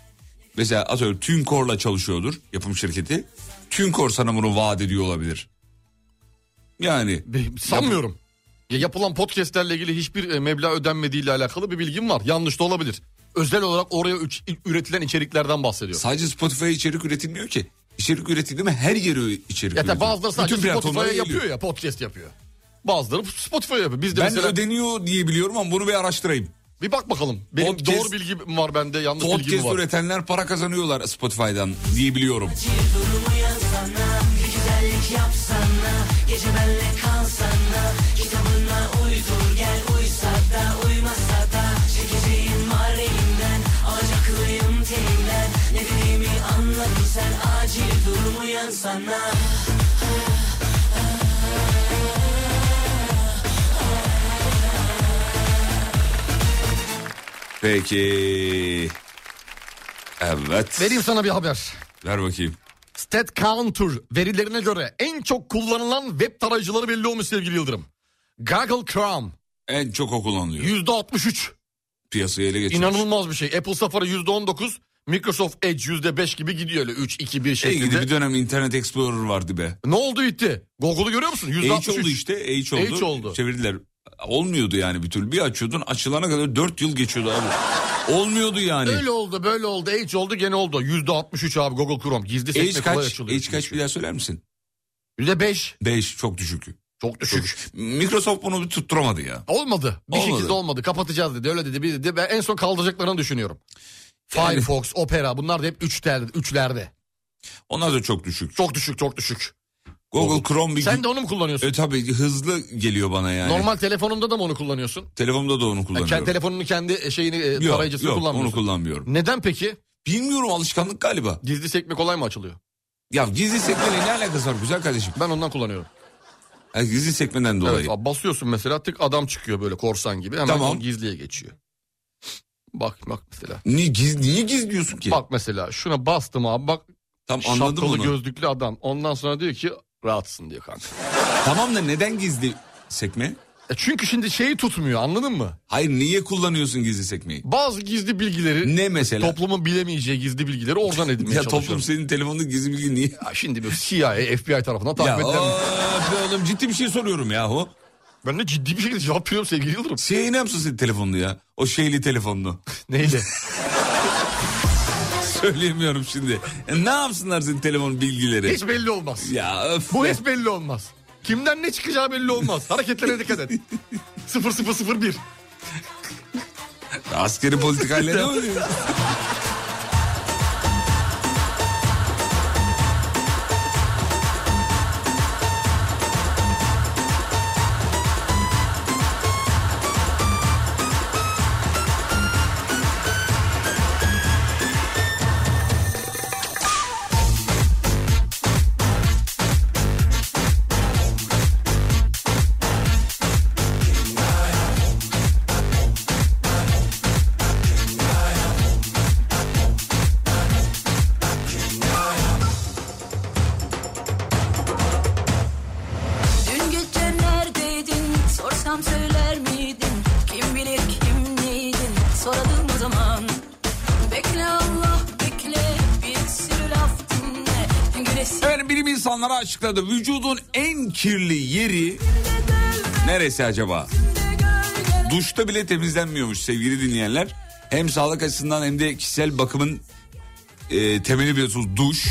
S3: Mesela atıyorum TÜNKOR'la çalışıyordur yapım şirketi. TÜNKOR sana bunu vaat ediyor olabilir. Yani.
S5: Sanmıyorum. Ya yapılan podcastlerle ilgili hiçbir e, meblağ ödenmediğiyle alakalı bir bilgim var. Yanlış da olabilir. Özel olarak oraya üç- üretilen içeriklerden bahsediyor.
S3: Sadece Spotify'a içerik üretilmiyor ki. İçerik üretildi mi her yere içerik
S5: Ya tabii
S3: üretiliyor.
S5: bazıları sadece
S3: Bütün platformlara
S5: Spotify'a yapıyor
S3: geliyor.
S5: ya podcast yapıyor. Bazıları Spotify yapıyor. Biz de
S3: Ben
S5: mesela...
S3: ödeniyor diye biliyorum ama bunu bir araştırayım.
S5: Bir bak bakalım. Benim
S3: Podcast-
S5: doğru bilgi mi var bende yanlış bilgi mi
S3: Podcast
S5: var?
S3: üretenler para kazanıyorlar Spotify'dan diye biliyorum.
S12: Bir durumu yazsana, bir güzellik yapsana, gece benle kalsana, kitabına uydur gel uysa da uymasa da çekeceğim var elimden, alacaklıyım telinden, ne dediğimi anladın sen acil durumu yansana.
S3: Peki. Evet.
S5: Vereyim sana bir haber.
S3: Ver bakayım.
S5: StatCounter verilerine göre en çok kullanılan web tarayıcıları belli olmuş sevgili Yıldırım. Google Chrome
S3: En çok o kullanılıyor.
S5: %63.
S3: Piyasayı ele geçirmiş.
S5: İnanılmaz bir şey. Apple Safari %19. Microsoft Edge %5 gibi gidiyor öyle 3, 2, 1
S3: Ey gidi
S5: şeklinde.
S3: Şey bir dönem Internet Explorer vardı be.
S5: Ne oldu bitti? Google'u görüyor musun? %63.
S3: H oldu işte. H oldu.
S5: H oldu.
S3: Çevirdiler. Olmuyordu yani bir türlü. Bir açıyordun açılana kadar 4 yıl geçiyordu abi. Olmuyordu yani.
S5: Öyle oldu böyle oldu Edge oldu gene oldu. %63 abi Google Chrome. Gizli sekme
S3: H
S5: kolay
S3: kaç?
S5: açılıyor.
S3: H kaç bir daha söyler misin?
S5: %5.
S3: 5 çok düşük.
S5: Çok düşük.
S3: Microsoft bunu bir tutturamadı ya.
S5: Olmadı. Bir
S3: Olmadı.
S5: şekilde olmadı. Kapatacağız dedi. Öyle dedi. Bir dedi. Ben en son kaldıracaklarını düşünüyorum.
S3: Yani-
S5: Firefox, Opera bunlar da hep üçlerde. üçlerde.
S3: Onlar da çok düşük.
S5: Çok düşük çok düşük.
S3: Google Chrome bir...
S5: Sen de onu mu kullanıyorsun?
S3: E tabii hızlı geliyor bana yani.
S5: Normal telefonunda da mı onu kullanıyorsun? Yani
S3: Telefonumda da onu
S5: kendi
S3: kullanıyorum.
S5: telefonunu kendi e, şeyini e,
S3: yok,
S5: tarayıcısını
S3: yok, onu
S5: kullanmıyorsun.
S3: kullanmıyorum.
S5: Neden peki?
S3: Bilmiyorum alışkanlık galiba.
S5: Gizli sekme kolay mı açılıyor?
S3: Ya gizli sekmeyle ne alakası var güzel kardeşim?
S5: Ben ondan kullanıyorum.
S3: Ha, gizli sekmeden dolayı.
S5: Evet, abi basıyorsun mesela tık adam çıkıyor böyle korsan gibi. Hemen
S3: Tamam.
S5: o gizliye geçiyor. Bak bak mesela.
S3: Niye, giz, niye gizliyorsun ki?
S5: Bak mesela şuna bastım abi bak
S3: Tam anladım
S5: şapkalı
S3: onu.
S5: gözlüklü adam. Ondan sonra diyor ki rahatsın diyor kanka.
S3: Tamam da neden gizli sekme?
S5: E çünkü şimdi şeyi tutmuyor anladın mı?
S3: Hayır niye kullanıyorsun gizli sekmeyi?
S5: Bazı gizli bilgileri
S3: Ne mesela?
S5: toplumun bilemeyeceği gizli bilgileri
S3: <laughs>
S5: oradan edinmeye
S3: ya
S5: çalışıyorum.
S3: toplum senin telefonunda gizli bilgi niye?
S5: Ya şimdi bir CIA, FBI tarafından
S3: Ya
S5: takip edilen...
S3: of be oğlum ciddi bir şey soruyorum yahu.
S5: Ben de ciddi bir şekilde cevap veriyorum sevgili
S3: <laughs>
S5: Yıldırım.
S3: CIA ne yapsın senin telefonunu ya? O şeyli telefonunu.
S5: Neyle?
S3: Söyleyemiyorum şimdi. E, ne yapsınlar senin telefonun bilgileri?
S5: Hiç belli olmaz.
S3: Ya öf.
S5: Bu
S3: be.
S5: hiç belli olmaz. Kimden ne çıkacağı belli olmaz. Hareketlere
S3: <laughs>
S5: dikkat et. 0001.
S3: Askeri politikayla
S5: <laughs>
S3: ne oluyor?
S7: Dün gece neredeydin sorsam söyler miydin Kim bilir kim neydin soradım o zaman Bekle Allah bekle bir sürü laf dinle Güneşin
S3: Efendim bilim insanları açıkladı. Vücudun en kirli yeri neresi acaba? Duşta bile temizlenmiyormuş sevgili dinleyenler. Hem sağlık açısından hem de kişisel bakımın e, temeli biliyorsunuz duş.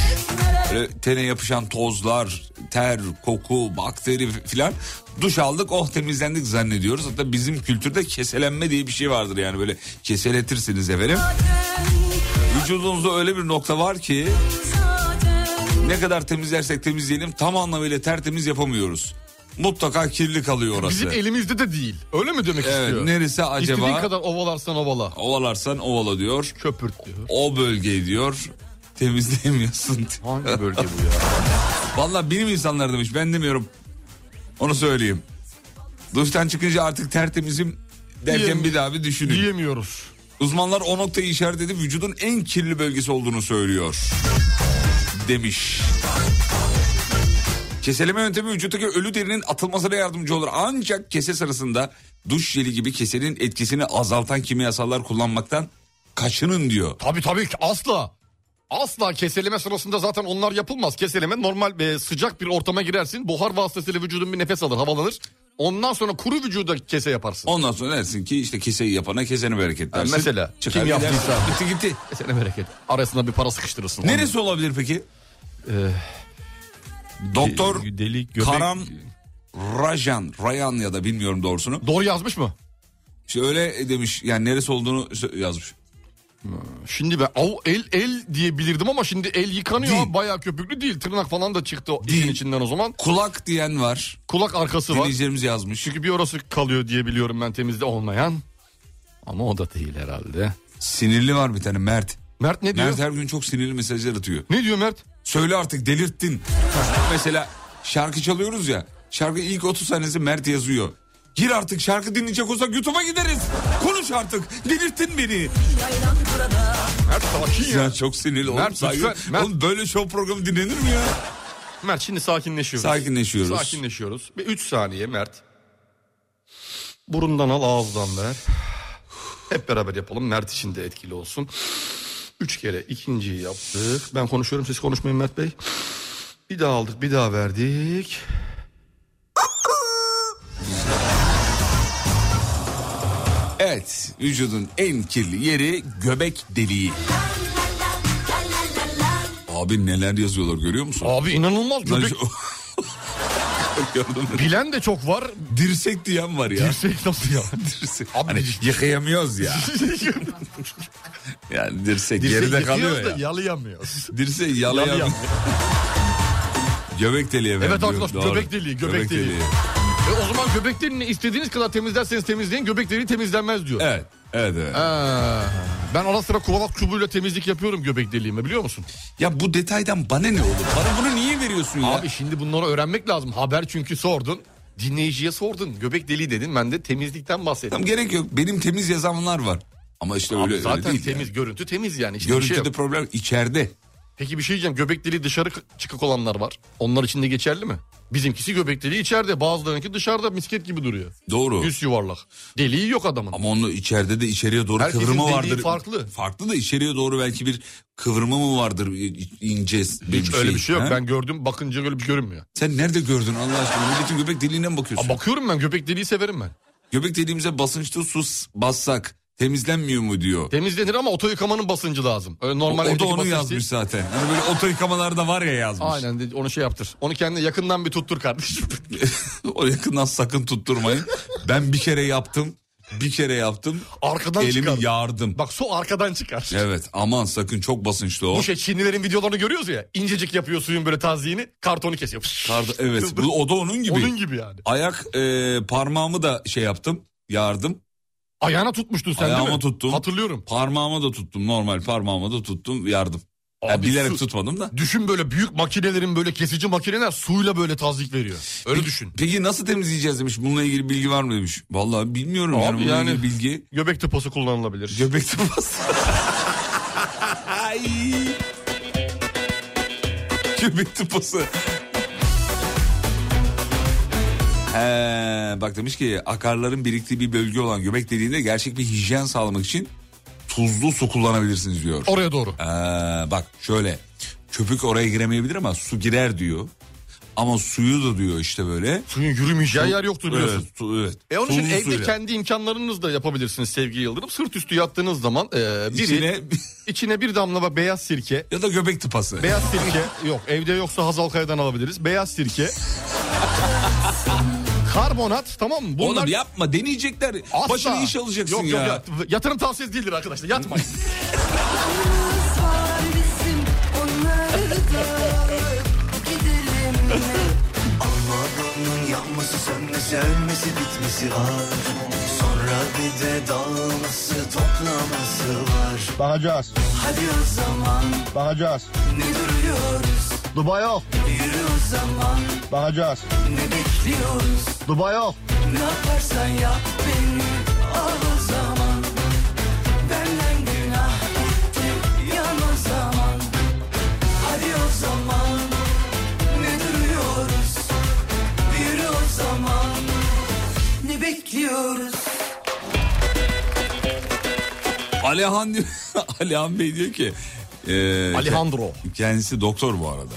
S3: Böyle tene yapışan tozlar, ter, koku, bakteri filan. Duş aldık oh temizlendik zannediyoruz. Hatta bizim kültürde keselenme diye bir şey vardır yani böyle keseletirsiniz efendim. Vücudunuzda öyle bir nokta var ki ne kadar temizlersek temizleyelim tam anlamıyla tertemiz yapamıyoruz. Mutlaka kirli kalıyor orası.
S5: Bizim elimizde de değil. Öyle mi demek
S3: Evet,
S5: istiyor?
S3: neresi acaba?
S5: İstediğin kadar ovalarsan ovala.
S3: Ovalarsan ovala diyor. Köpürt diyor. O bölgeyi diyor temizleyemiyorsun. Hangi bölge bu
S5: <laughs>
S3: ya? Valla bilim insanları demiş ben demiyorum. Onu söyleyeyim. Duştan çıkınca artık tertemizim derken
S5: Diyem-
S3: bir daha bir düşünün. Diyemiyoruz. Uzmanlar o noktayı işaret edip vücudun en kirli bölgesi olduğunu söylüyor. Demiş. Keseleme yöntemi vücuttaki ölü derinin atılmasına yardımcı olur. Ancak kese sırasında duş jeli gibi kesenin etkisini azaltan kimyasallar kullanmaktan kaçının diyor.
S5: Tabii tabii ki asla. Asla keseleme sırasında zaten onlar yapılmaz. Keseleme normal e, sıcak bir ortama girersin. Buhar vasıtasıyla vücudun bir nefes alır, havalanır. Ondan sonra kuru vücuda kese yaparsın.
S3: Ondan sonra dersin ki işte keseyi yapana kesene bereket dersin.
S5: Ha, mesela
S3: Çıkar
S5: kim
S3: gider.
S5: yaptıysa.
S3: Bitti gitti.
S5: Kesene bereket. Arasına bir para sıkıştırırsın.
S3: Neresi olabilir peki? Doktor Karam Rajan, Rayan ya da bilmiyorum doğrusunu.
S5: Doğru yazmış mı?
S3: İşte öyle demiş yani neresi olduğunu sö- yazmış.
S5: Şimdi ben av, el el diye bilirdim ama şimdi el yıkanıyor. ama Bayağı köpüklü değil. Tırnak falan da çıktı o işin içinden o zaman.
S3: Kulak diyen var.
S5: Kulak arkası var.
S3: Dinleyicilerimiz yazmış.
S5: Çünkü bir orası kalıyor diye biliyorum ben temizde olmayan. Ama o da değil herhalde.
S3: Sinirli var bir tane Mert.
S5: Mert ne diyor?
S3: Mert her gün çok sinirli mesajlar atıyor.
S5: Ne diyor Mert?
S3: Söyle artık delirttin. Mesela şarkı çalıyoruz ya. Şarkı ilk 30 saniyesi Mert yazıyor. Gir artık şarkı dinleyecek olsak YouTube'a gideriz. Konuş artık. Delirttin beni.
S5: Mert sakin ya.
S3: çok sinirli. oğlum,
S5: Mert,
S3: sakin.
S5: lütfen, Mert.
S3: Oğlum böyle show programı dinlenir mi ya?
S5: Mert şimdi sakinleşiyoruz.
S3: Sakinleşiyoruz.
S5: Sakinleşiyoruz. Bir 3 saniye Mert. Burundan al ağızdan ver. Hep beraber yapalım. Mert için de etkili olsun. Üç kere ikinciyi yaptık. Ben konuşuyorum siz konuşmayın Mert Bey. Bir daha aldık bir daha verdik.
S3: Evet. Vücudun en kirli yeri göbek deliği. Abi neler yazıyorlar görüyor musun? <laughs>
S5: Abi inanılmaz göbek.
S3: Gördün mü?
S5: Bilen de çok var.
S3: Dirsek diyen var ya.
S5: Dirsek nasıl ya?
S3: <laughs> Dirsek. Hani yıkayamıyoruz ya. <laughs> Yani dirsek,
S5: Dirsek
S3: geride
S5: yıkıyoruz
S3: kalıyor
S5: da
S3: ya.
S5: yalayamıyoruz.
S3: Dirseği yalayan. <laughs> göbek deliğe
S5: Evet
S3: benziyor,
S5: arkadaş
S3: doğru.
S5: göbek deliği göbek, deliği. E o zaman göbek deliğini istediğiniz kadar temizlerseniz temizleyin göbek deliği temizlenmez diyor.
S3: Evet. Evet evet.
S5: Ha, ben ara sıra kulak çubuğuyla temizlik yapıyorum göbek deliğime biliyor musun?
S3: Ya bu detaydan bana ne olur? Bana bunu niye veriyorsun ya?
S5: Abi şimdi bunları öğrenmek lazım. Haber çünkü sordun. Dinleyiciye sordun. Göbek deliği dedin. Ben de temizlikten bahsettim.
S3: Tam gerek yok. Benim temiz yazanlar var. Ama işte
S5: Abi
S3: öyle, öyle
S5: zaten
S3: değil.
S5: temiz görüntü temiz yani. İşte bir şey
S3: Görüntüde
S5: yok.
S3: problem içeride.
S5: Peki bir şey diyeceğim. Göbek deliği dışarı k- çıkık olanlar var. Onlar için de geçerli mi? Bizimkisi göbek deliği içeride. Bazılarınki dışarıda misket gibi duruyor.
S3: Doğru.
S5: Düz yuvarlak. Deliği yok adamın.
S3: Ama onun içeride de içeriye doğru
S5: Herkesin
S3: kıvrımı
S5: deliği
S3: vardır.
S5: farklı.
S3: Farklı da içeriye doğru belki bir kıvrımı mı vardır i- ince bir
S5: Hiç öyle bir şey yok.
S3: ha?
S5: Ben gördüm bakınca öyle bir şey görünmüyor.
S3: Sen nerede gördün Allah aşkına? Milletin göbek deliğine mi bakıyorsun?
S5: bakıyorum ben göbek deliği severim ben.
S3: Göbek deliğimize basınçlı su bassak temizlenmiyor mu diyor.
S5: Temizlenir ama oto yıkamanın basıncı lazım. Öyle normal
S3: o, o da
S5: evdeki
S3: onu
S5: basınç
S3: yazmış
S5: değil.
S3: zaten. Hani böyle oto yıkamalarda var ya yazmış.
S5: Aynen de- onu şey yaptır. Onu kendine yakından bir tuttur kardeşim. <laughs>
S3: <laughs> o yakından sakın tutturmayın. ben bir kere yaptım. Bir kere yaptım.
S5: Arkadan
S3: Elimi
S5: çıkar.
S3: yardım.
S5: Bak su arkadan çıkar.
S3: Evet aman sakın çok basınçlı o.
S5: Bu şey Çinlilerin videolarını görüyoruz ya. İncecik yapıyor suyun böyle taziğini. Kartonu kesiyor.
S3: Karda- evet bu, o da onun gibi.
S5: Onun gibi yani.
S3: Ayak e, parmağımı da şey yaptım. Yardım.
S5: Ayağına tutmuştun sen
S3: Ayağıma
S5: değil mi?
S3: tuttum.
S5: Hatırlıyorum.
S3: Parmağıma da tuttum normal parmağıma da tuttum yardım. Yani
S5: Abi
S3: bilerek
S5: su-
S3: tutmadım da.
S5: Düşün böyle büyük makinelerin böyle kesici makineler suyla böyle tazik veriyor. Öyle
S3: Peki-
S5: düşün.
S3: Peki nasıl temizleyeceğiz demiş. Bununla ilgili bilgi var mı demiş. Vallahi bilmiyorum
S5: Abi
S3: yani bununla
S5: yani-
S3: ilgili bilgi.
S5: Göbek tıpası kullanılabilir.
S3: Göbek tıpası. <laughs> Ay. Göbek tıpası. He, bak demiş ki akarların biriktiği bir bölge olan göbek deliğinde gerçek bir hijyen sağlamak için tuzlu su kullanabilirsiniz diyor.
S5: Oraya doğru.
S3: Ee, bak şöyle köpük oraya giremeyebilir ama su girer diyor. Ama suyu da diyor işte böyle.
S5: Suyun yürümeyeceği yer yoktur biliyorsun.
S3: Evet, su- evet.
S5: E onun için
S3: Tuzlu
S5: evde
S3: suyla.
S5: kendi imkanlarınızla yapabilirsiniz sevgili Yıldırım. Sırt üstü yattığınız zaman e, biri,
S3: İçine-
S5: içine... bir damla beyaz sirke.
S3: <laughs> Ya da göbek tıpası.
S5: Beyaz sirke yok evde yoksa Hazal Kaya'dan alabiliriz. Beyaz <laughs> sirke. Karbonat tamam mı?
S3: Oğlum yapma deneyecekler.
S5: Asla.
S3: Başına iş alacaksın
S5: yok,
S3: ya.
S5: Yok, yok, yatırım tavsiyesi değildir arkadaşlar yatmayın.
S6: var bizim onları da gidelim mi?
S1: Allah'ın yanması sönmesi ölmesi bitmesi var Sonra bir de dağılması toplaması var
S8: Bakacağız,
S1: Hadi o zaman
S8: bakacağız.
S1: ne duruyoruz
S8: Dubai yok,
S1: Yürü o zaman
S8: bakacağız.
S1: ne bekliyoruz
S8: Dubai yok.
S1: Ne yaparsan yap beni al o zaman Benden günah gitti yan o zaman Hadi o zaman ne duruyoruz Yürü o zaman ne bekliyoruz
S3: Alihan, <laughs> Alihan Bey diyor ki. e,
S5: Alejandro.
S3: Kendisi doktor bu arada.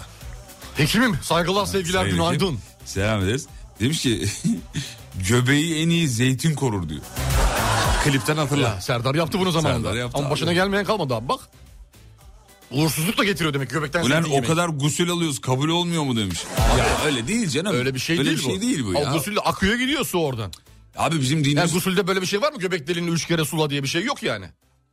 S5: Hekimim saygılar sevgiler
S3: Sayın
S5: günaydın.
S3: Hekim, Selam ederiz. Demiş ki <laughs> göbeği en iyi zeytin korur diyor. Klipten hatırla.
S5: Ya, Serdar yaptı bunu zamanında.
S3: Serdar yaptı
S5: Ama
S3: abi.
S5: başına gelmeyen kalmadı abi bak. Uğursuzluk da getiriyor demek göbekten
S3: Ulan
S5: zeytin
S3: o
S5: yemek.
S3: kadar gusül alıyoruz kabul olmuyor mu demiş. ya öyle değil canım.
S5: Öyle bir şey
S3: öyle
S5: değil
S3: bir
S5: bu.
S3: şey değil bu ya.
S5: Abi gusülle akıyor gidiyor su oradan.
S3: Abi bizim dinimiz
S5: Yani gusülde böyle bir şey var mı? Göbek deliğini üç kere sula diye bir şey yok yani.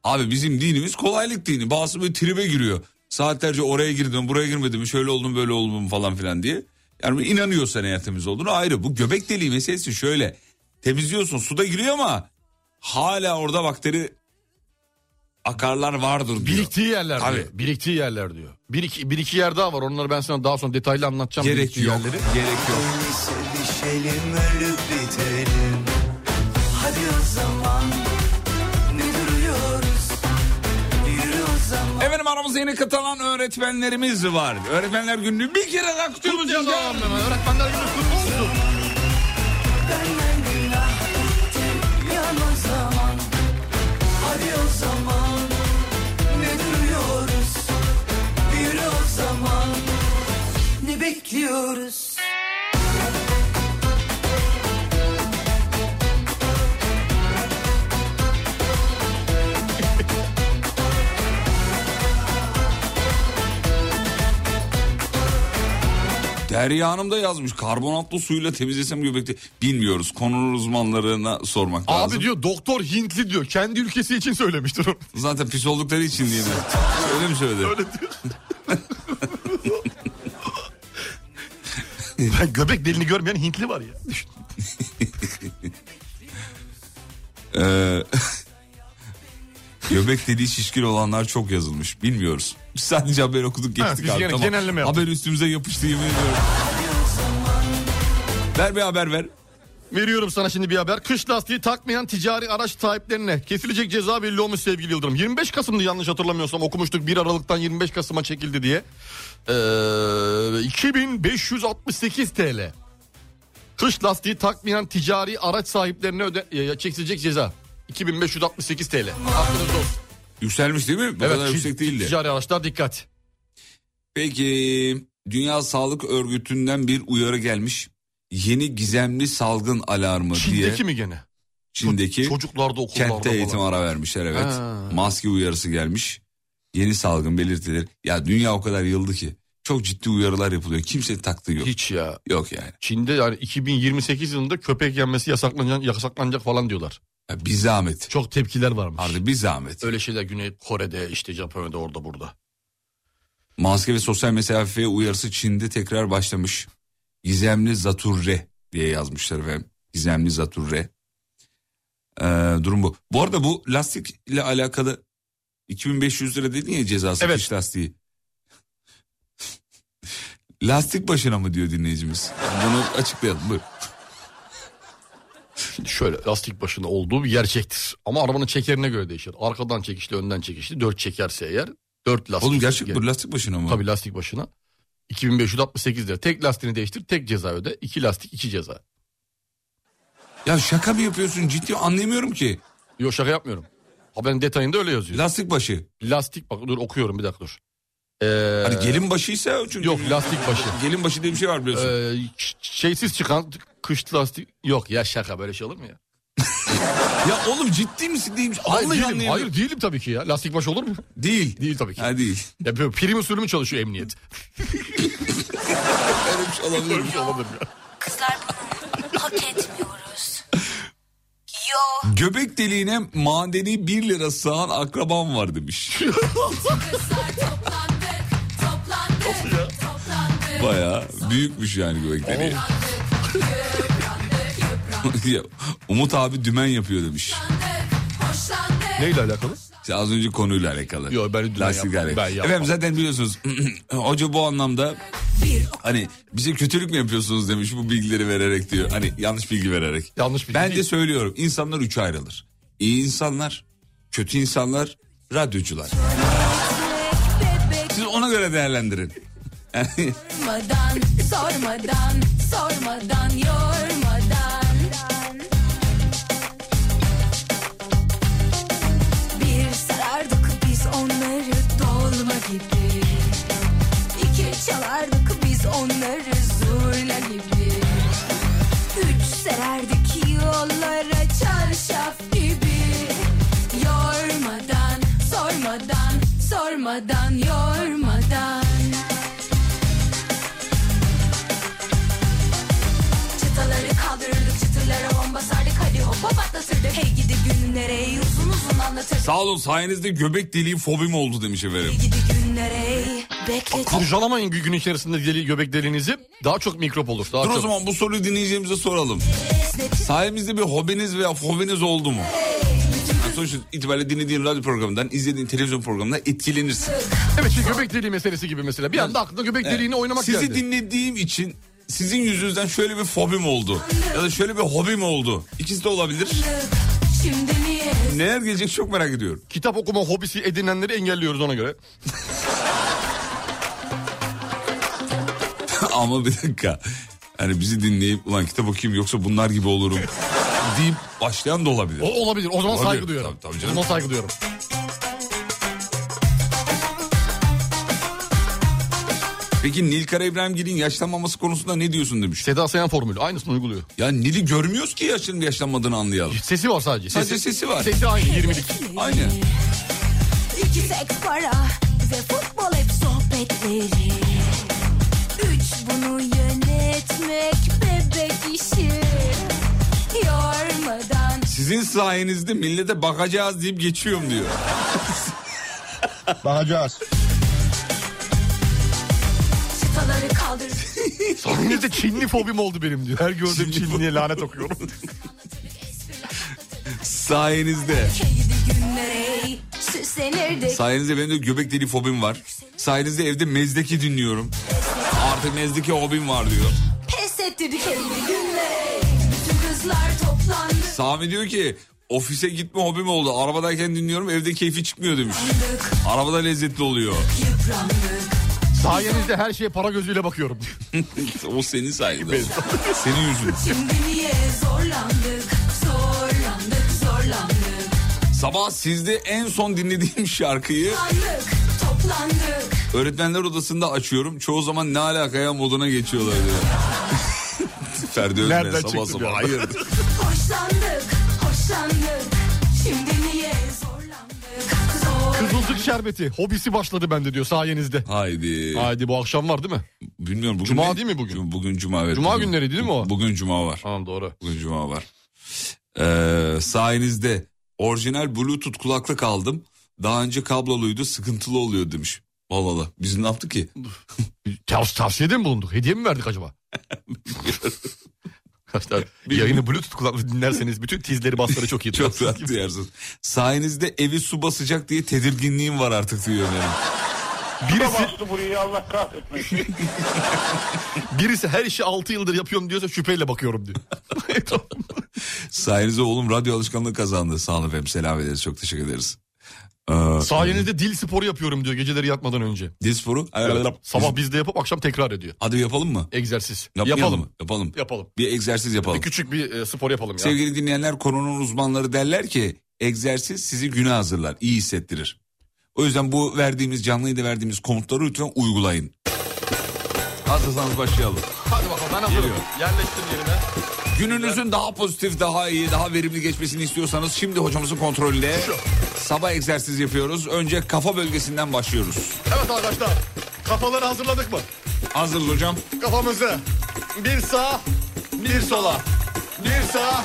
S3: abi bizim dinimiz kolaylık dini. Bazısı böyle tribe giriyor. Saatlerce oraya girdim, buraya girmedim, şöyle oldum, böyle oldum falan filan diye. Yani inanıyorsan eğer temiz olduğunu ayrı. Bu göbek deliği meselesi şöyle. Temizliyorsun, suda giriyor ama hala orada bakteri akarlar vardır diyor.
S5: Biriktiği yerler
S3: Tabii.
S5: diyor. Biriktiği yerler diyor. Bir iki, bir iki yer daha var. Onları ben sana daha sonra detaylı anlatacağım.
S3: Gerek
S5: biriktiği
S3: yok.
S5: yerleri.
S3: Gerek yok.
S1: Sevişelim ölüp bitelim Hadi o zaman ne duruyoruz Yürü o zaman
S3: Efendim aramızda yeni katılan öğretmenlerimiz var. Öğretmenler gününü bir kere daha kutluyoruz.
S5: Kutlayalım
S3: ya.
S5: hemen. Öğretmenler günü kutlu olsun.
S1: Benden günah gitti yan o zaman Hadi o zaman ne duruyoruz Yürü o zaman ne bekliyoruz
S3: Derya Hanım da yazmış. Karbonatlı suyla temizlesem göbekte. Bilmiyoruz. Konunun uzmanlarına sormak lazım.
S5: Abi diyor doktor Hintli diyor. Kendi ülkesi için söylemiştir onu.
S3: Zaten pis oldukları için değil mi? Öyle mi söyledi? <laughs>
S5: Ben göbek deliğini görmeyen Hintli var ya. Düşün.
S3: Ee, <laughs> göbek deliği şişkin olanlar çok yazılmış. Bilmiyoruz. Biz sadece haber okuduk
S5: Ha,
S3: geçtik
S5: biz
S3: abi.
S5: gene-
S3: tamam.
S5: genelleme yaptık.
S3: haber üstümüze yapıştı yemin ediyorum. ver bir haber ver.
S5: Veriyorum sana şimdi bir haber. Kış lastiği takmayan ticari araç sahiplerine kesilecek ceza belli olmuş sevgili Yıldırım. 25 Kasım'dı yanlış hatırlamıyorsam okumuştuk 1 Aralık'tan 25 Kasım'a çekildi diye. Ee, 2568 TL. Kış lastiği takmayan ticari araç sahiplerine öde, e, çekilecek ceza. 2568 TL. Aklınızda olsun.
S3: Yükselmiş değil mi? Bu kadar
S5: ti-
S3: yüksek değildi.
S5: Ticari araçlar dikkat.
S3: Peki Dünya Sağlık Örgütü'nden bir uyarı gelmiş. Yeni gizemli salgın alarmı
S5: Çin'deki
S3: diye
S5: mi gene?
S3: Çin'deki
S5: Ço- Çocuklarda okullarda
S3: kentte eğitim
S5: falan.
S3: ara vermişler evet.
S5: Ha.
S3: Maske uyarısı gelmiş. Yeni salgın belirtileri. Ya dünya o kadar yıldı ki çok ciddi uyarılar yapılıyor. Kimse taktığı yok.
S5: Hiç ya.
S3: Yok yani.
S5: Çin'de yani 2028 yılında köpek yenmesi yasaklanacak, yasaklanacak falan diyorlar.
S3: Ya bir zahmet.
S5: Çok tepkiler varmış.
S3: Harbi bir zahmet.
S5: Öyle şeyler Güney Kore'de işte Japonya'da orada burada.
S3: Maske ve sosyal mesafe uyarısı Çin'de tekrar başlamış. Gizemli Zaturre diye yazmışlar efendim. Gizemli Zaturre. Ee, durum bu. Bu arada bu lastikle alakalı 2500 lira dedin ya cezası
S5: Evet.
S3: kış lastiği. Lastik başına mı diyor dinleyicimiz? Bunu açıklayalım. Buyur.
S5: Şimdi şöyle lastik başına olduğu bir gerçektir. Ama arabanın çekerine göre değişir. Arkadan çekişli önden çekişli. Dört çekerse eğer dört lastik.
S3: Oğlum gerçek bu lastik başına mı?
S5: Tabii lastik başına. 2568 lira. Tek lastiğini değiştir tek ceza öde. İki lastik iki ceza.
S3: Ya şaka mı yapıyorsun ciddi anlamıyorum ki.
S5: Yok şaka yapmıyorum. Haberin detayında öyle yazıyor.
S3: Lastik başı.
S5: Lastik bak dur okuyorum bir dakika dur. Ee,
S3: Hani gelin başıysa çünkü
S5: Yok lastik başı.
S3: gelin başı diye bir şey var biliyorsun.
S5: Ee, ş- şeysiz çıkan kış lastik. Yok ya şaka böyle şey olur mu ya?
S3: ya oğlum ciddi misin değil misin?
S5: Hayır
S3: Vallahi
S5: değilim,
S3: anlayamıyorum.
S5: hayır değilim tabii ki ya. Lastik baş olur mu? <laughs>
S3: Değil.
S5: Değil tabii ki.
S3: Ha değil.
S5: Ya böyle prim usulü mü çalışıyor
S3: <laughs>
S5: emniyet?
S3: Öyle bir şey olabilir. <laughs>
S5: Böyle bir şey olabilir mi?
S7: Kızlar bunu hak etmiyoruz. Yo.
S3: Göbek deliğine madeni 1 lira sığan akrabam var
S5: <laughs>
S3: demiş.
S7: Kızlar toplandık, toplandık, toplandık.
S3: Baya büyükmüş yani göbek deliği. <laughs> Ya, Umut abi dümen yapıyor demiş.
S7: Hoşlandık.
S5: Neyle alakalı?
S3: İşte az önce konuyla alakalı.
S5: Yo, ben dümen
S3: Lastik
S5: yapmam,
S3: alakalı.
S5: ben yapmam.
S3: Efendim zaten biliyorsunuz <clears throat> hoca bu anlamda hani bize kötülük mü yapıyorsunuz demiş bu bilgileri vererek diyor. Hani yanlış bilgi vererek.
S5: Yanlış bir
S3: Ben de söylüyorum insanlar üçe ayrılır. İyi insanlar, kötü insanlar, radyocular. Siz ona göre değerlendirin. Yani
S7: Sormadan, sormadan, sormadan, yormadan. Bir sarardık biz onları dolma gibi. İki çalardık biz onları zurna gibi. Üç sererdik yollara çarşaf gibi. Yormadan, sormadan, sormadan, yormadan. Çıtaları kaldırırdık çıtırlara bomba sardık hadi hoppa patlatırdık Hey gidi günlere ey uzun uzun anlatırdık
S3: sağ olun sayenizde göbek deliği fobim oldu demiş efendim.
S7: Hey gidi günlere ey bekletin
S5: Kurcalamayın gün içerisinde deli, göbek deliğinizi. Daha çok mikrop olur. Daha
S3: Dur o
S5: çok.
S3: zaman bu soruyu dinleyicilerimize soralım. Sayenizde bir hobiniz veya fobiniz oldu mu? Yani sonuç itibariyle dinlediğin radyo programından, izlediğin televizyon programından etkilenirsin.
S5: Evet şu göbek deliği meselesi gibi mesela. Bir anda aklına göbek deliğini oynamak
S3: Sizi
S5: geldi.
S3: dinlediğim için sizin yüzünüzden şöyle bir fobim oldu. Ya da şöyle bir hobim oldu. İkisi de olabilir.
S7: şimdi niye
S3: Neler gelecek çok merak ediyorum. <laughs>
S5: Kitap okuma hobisi edinenleri engelliyoruz ona göre.
S3: Ama bir dakika. Hani bizi dinleyip ulan kitap okuyayım yoksa bunlar gibi olurum deyip başlayan da olabilir.
S5: O olabilir. O zaman
S3: Olabilir.
S5: saygı duyuyorum.
S3: Tabii, tabii canım.
S5: O zaman saygı duyuyorum.
S3: Peki Nilkara İbrahimgil'in yaşlanmaması konusunda ne diyorsun demiş.
S5: Seda Sayan formülü. Aynısını uyguluyor.
S3: Ya Nil'i görmüyoruz ki yaşlanıp yaşlanmadığını anlayalım.
S5: Sesi var sadece.
S3: Sadece sesi var.
S5: Sesi aynı 20'lik.
S3: Aynen.
S7: İki seks para ve futbol hep sohbetleri Üç bunu yönetmek bebek işi Yormadan
S3: Sizin sayenizde millete bakacağız deyip geçiyorum diyor.
S13: Bakacağız.
S7: çıtaları kaldır
S5: Sahnede Çinli fobim oldu benim diyor. Her gördüğüm Çinli'ye lanet okuyorum.
S3: Sayenizde.
S7: Hey gidi günlere ey süslenirdik
S3: Sayenizde benim de göbek deliği fobim var. Sayenizde evde mezdeki dinliyorum. Artık mezdeki hobim var diyor.
S7: Pes ettirdik elli günle Bütün kızlar toplandı
S3: Sami diyor ki ofise gitme hobim oldu. Arabadayken dinliyorum evde keyfi çıkmıyor demiş. Arabada lezzetli oluyor. <laughs>
S7: Yıprandık
S5: <laughs> Sayenizde her şeye para gözüyle bakıyorum diyor.
S3: o senin sayende. senin yüzün.
S7: Şimdi niye zorlandık Zorlandık zorlandık
S3: Sabah sizde en son dinlediğim şarkıyı
S7: Anlık toplandık
S3: öğretmenler odasında açıyorum. Çoğu zaman ne alakaya moduna geçiyorlar diyor. <laughs> Ferdi Özmen
S5: Nereden
S3: sabah
S5: çıktı bir
S3: sabah.
S5: anda?
S3: Hayır.
S7: Hoşlandık hoşlandık Şimdi niye zorlandık Zor
S5: Kızılcık şerbeti. Hobisi başladı bende diyor sayenizde.
S3: Haydi.
S5: Haydi bu akşam var değil mi?
S3: Bilmiyorum bugün
S5: Cuma
S3: ne?
S5: değil mi bugün?
S3: Cum- Bugün cuma evet.
S5: Cuma
S3: Bugün-
S5: günleri değil mi o?
S3: Bugün cuma var.
S5: Tamam doğru.
S3: Bugün cuma var. Ee, sayenizde orijinal bluetooth kulaklık aldım. Daha önce kabloluydu sıkıntılı oluyor demiş. Allah Allah biz ne yaptık ki?
S5: Tav- tavsiyede mi bulunduk? Hediye mi verdik acaba? <laughs> Arkadaşlar yayını bluetooth kulaklığı dinlerseniz bütün tizleri basları çok iyi
S3: Çok
S5: duyarsınız.
S3: rahat duyarsınız. Sayenizde evi su basacak diye tedirginliğim var artık diyor benim.
S5: Birisi,
S14: burayı Allah kahretmesin.
S5: <laughs> birisi her işi 6 yıldır yapıyorum diyorsa şüpheyle bakıyorum diyor.
S3: Sayenizde oğlum radyo alışkanlığı kazandı. Sağ olun efendim selam ederiz çok teşekkür ederiz. Ee,
S5: Sayenizde dil sporu yapıyorum diyor geceleri yatmadan önce.
S3: dil sporu.
S5: Sabah bizde yapıp akşam tekrar ediyor.
S3: Hadi yapalım mı?
S5: Egzersiz.
S3: Yapmayalım
S5: yapalım.
S3: mı? Yapalım.
S5: Yapalım.
S3: Bir egzersiz yapalım.
S5: Küçük bir e, spor yapalım ya.
S3: Sevgili dinleyenler konunun uzmanları derler ki egzersiz sizi güne hazırlar, iyi hissettirir. O yüzden bu verdiğimiz canlı yayında verdiğimiz komutları lütfen uygulayın. Hazırsanız başlayalım.
S5: Hadi bakalım ben hazırım. Yerleştim yerime.
S3: Gününüzün daha pozitif, daha iyi, daha verimli geçmesini istiyorsanız şimdi hocamızın kontrolüyle sabah egzersiz yapıyoruz. Önce kafa bölgesinden başlıyoruz.
S5: Evet arkadaşlar kafaları hazırladık mı?
S3: Hazır hocam.
S5: Kafamızı bir sağ bir sola. Bir sağ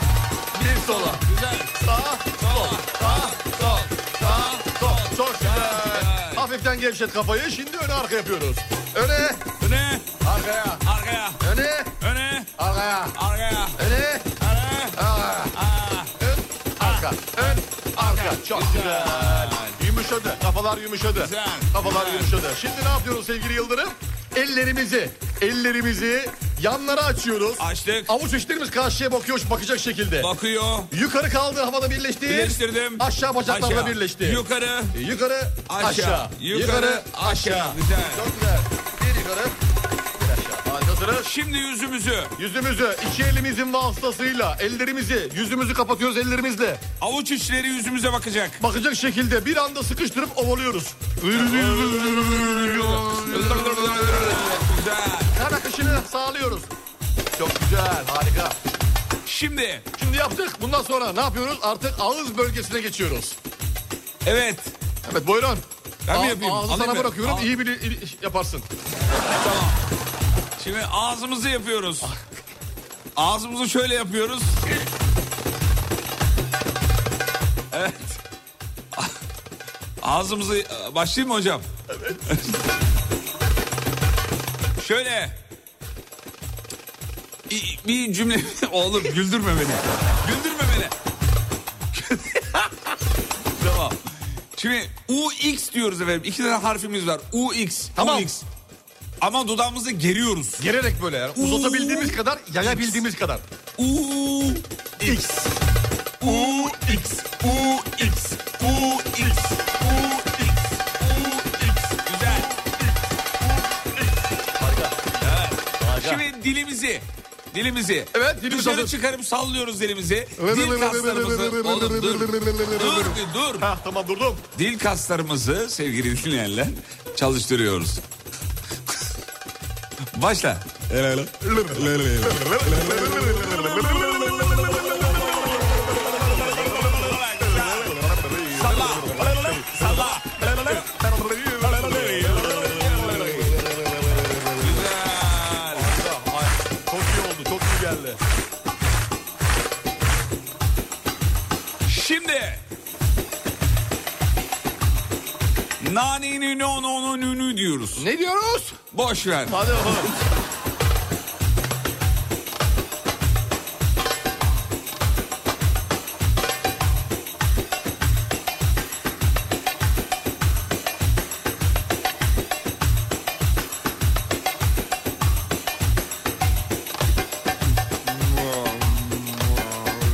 S5: bir sola. Güzel. Sağ sol sağ sol sağ sol. Çok güzel. Hafiften gevşet kafayı şimdi öne arka yapıyoruz. Öne
S3: Öne,
S5: arkaya
S3: arkaya,
S5: öne
S3: öne,
S5: arkaya
S3: arkaya,
S5: öne
S3: öne.
S5: Aa. Ön, arka, ön, arka. Çok güzel. Yumuşadı, kafalar yumuşadı.
S3: Güzel,
S5: Kafalar
S3: güzel.
S5: yumuşadı. Şimdi ne yapıyoruz sevgili Yıldırım? Ellerimizi, ellerimizi yanlara açıyoruz.
S3: Açtık.
S5: Avuç içlerimiz karşıya bakıyor, bakacak şekilde.
S3: Bakıyor.
S5: Yukarı kaldı, havada birleşti.
S3: Birleştirdim.
S5: Aşağı bacaklarla
S3: Aşağı,
S5: birleşti.
S3: Yukarı.
S5: Yukarı, aşağı.
S3: Aşağı, yukarı, aşağı. Güzel.
S5: Çok güzel. Bir yukarı, bir aşağı. Harikasınız.
S3: Şimdi yüzümüzü
S5: Yüzümüzü iki elimizin vasıtasıyla ellerimizi yüzümüzü kapatıyoruz ellerimizle.
S3: avuç içleri yüzümüze bakacak.
S5: Bakacak şekilde bir anda sıkıştırıp ovalıyoruz.
S3: Güzel.
S5: Kan akışını sağlıyoruz. Çok güzel harika.
S3: Şimdi
S5: Şimdi yaptık bundan sonra ne yapıyoruz? Artık ağız bölgesine geçiyoruz.
S3: evet.
S5: Evet buyurun.
S3: Ben mi
S5: Ağ-
S3: yapayım?
S5: Ağzı
S3: Alayım
S5: sana
S3: mı?
S5: bırakıyorum
S3: Al.
S5: iyi bir il- yaparsın.
S3: Şimdi ağzımızı yapıyoruz. Ağzımızı şöyle yapıyoruz. Evet. Ağzımızı başlayayım mı hocam? Evet. şöyle. İ- Bir cümle <laughs> oğlum güldürme beni. Güldürme beni. <laughs> tamam. Şimdi UX diyoruz efendim. İki tane harfimiz var. UX.
S5: Tamam.
S3: UX. Ama dudağımızı geriyoruz.
S5: Gererek böyle yani uzatabildiğimiz kadar yayabildiğimiz kadar.
S3: U X U X U X U X U X Güzel.
S5: Harika.
S3: Şimdi dilimizi dilimizi
S5: Evet, dilimiz
S3: dışarı
S5: hazır.
S3: çıkarıp sallıyoruz dilimizi. Dil kaslarımızı oğlum dur. Dur bir dur.
S5: Heh, tamam durdum.
S3: Dil kaslarımızı sevgili dinleyenler çalıştırıyoruz. <laughs> Başla. Salla. Salla. Güzel.
S5: Çok iyi oldu çok iyi geldi.
S3: Şimdi Nani nü no no nü nü diyoruz.
S5: Ne diyoruz?
S3: Boş ver.
S5: Hadi bakalım.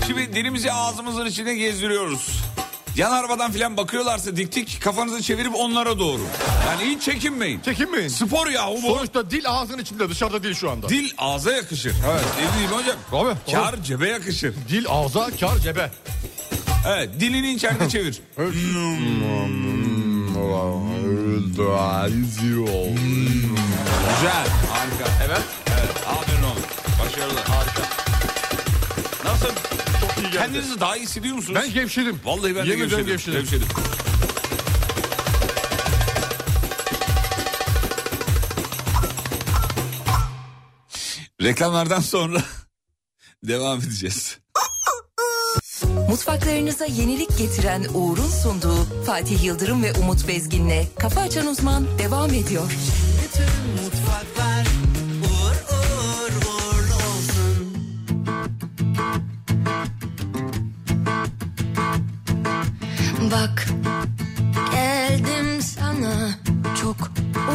S3: Şimdi dilimizi ağzımızın içine gezdiriyoruz. Yan arabadan filan bakıyorlarsa dik dik kafanızı çevirip onlara doğru. Yani hiç çekinmeyin.
S5: Çekinmeyin.
S3: Spor yahu bu.
S5: Sonuçta dil ağzın içinde dışarıda değil şu anda. Dil,
S3: Dil ağza yakışır. Evet. Dil değil mi hocam?
S5: Abi,
S3: Kar cebe yakışır.
S5: ağza kar cebe.
S3: Evet dilini içeride <laughs> çevir. Güzel. Harika. Evet. Evet. Aferin oğlum. Başarılı. Harika. Nasıl?
S5: Çok iyi geldi.
S3: Kendinizi daha iyi hissediyor musunuz?
S5: Ben gevşedim.
S3: Vallahi ben de
S5: Yemin
S3: gevşedim.
S5: ediyorum
S3: gevşedim.
S5: gevşedim.
S3: Reklamlardan sonra <laughs> devam edeceğiz.
S7: Mutfaklarınıza yenilik getiren Uğur'un sunduğu Fatih Yıldırım ve Umut Bezgin'le Kafa Açan Uzman devam ediyor.
S15: mutfaklar uğur uğur uğurlu olsun.
S6: Bak geldim sana çok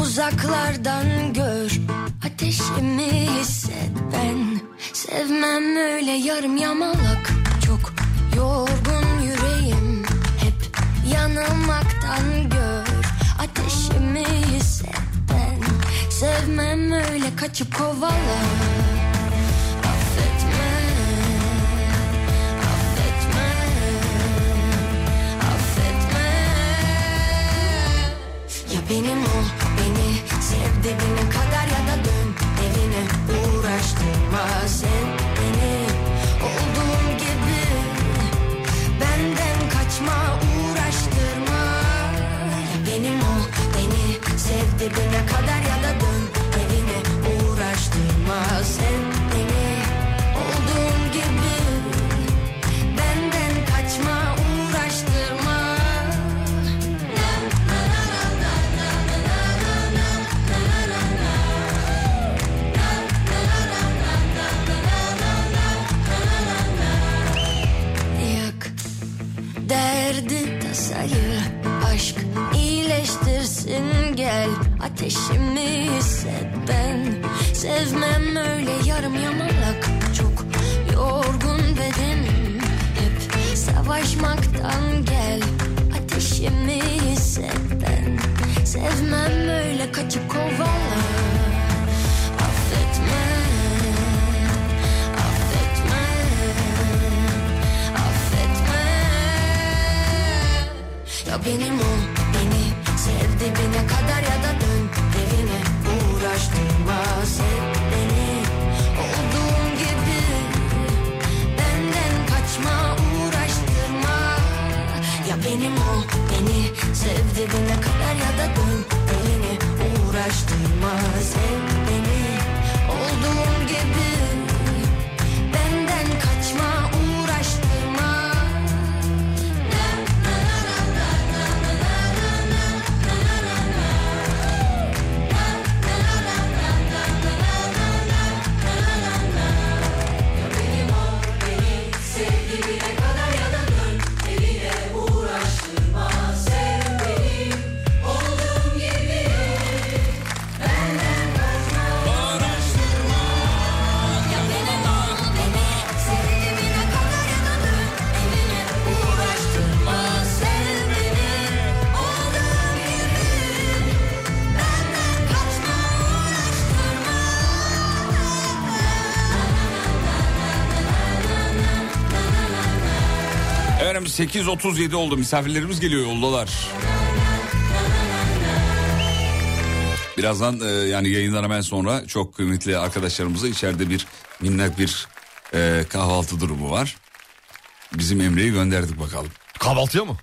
S6: uzaklardan gör Ateşimi hisset ben sevmem öyle yarım yamalak Çok yorgun yüreğim hep yanılmaktan gör Ateşimi hisset ben sevmem öyle kaçıp kovala Affetme, affetme Affetme sarı aşk iyileştirsin gel Ateşimi hisset ben Sevmem öyle yarım yamalak Çok yorgun bedenim Hep savaşmaktan gel Ateşimi hisset ben Sevmem öyle kaçıp kovala Affetme Affetme Affetme ya benim ol beni sev dibine kadar ya da dön evine Uğraştırma sev beni olduğum gibi Benden kaçma uğraştırma Ya benim ol beni sev dibine kadar ya da dön evine Uğraştırma sev beni olduğum gibi Benden kaçma uğraştırma
S7: Sevdiğine kadar ya da dön evine uğraştırma Sev beni olduğum gibi Benden kaçma uğraştırma Ya beni ol beni sevdiğine kadar ya da dön evine uğraştırma Sev beni olduğum gibi Benden kaçma
S3: Efendim 8.37 oldu misafirlerimiz geliyor yoldalar. Birazdan e, yani yayından hemen sonra çok kıymetli arkadaşlarımıza içeride bir minnak bir e, kahvaltı durumu var. Bizim Emre'yi gönderdik bakalım.
S5: Kahvaltıya mı?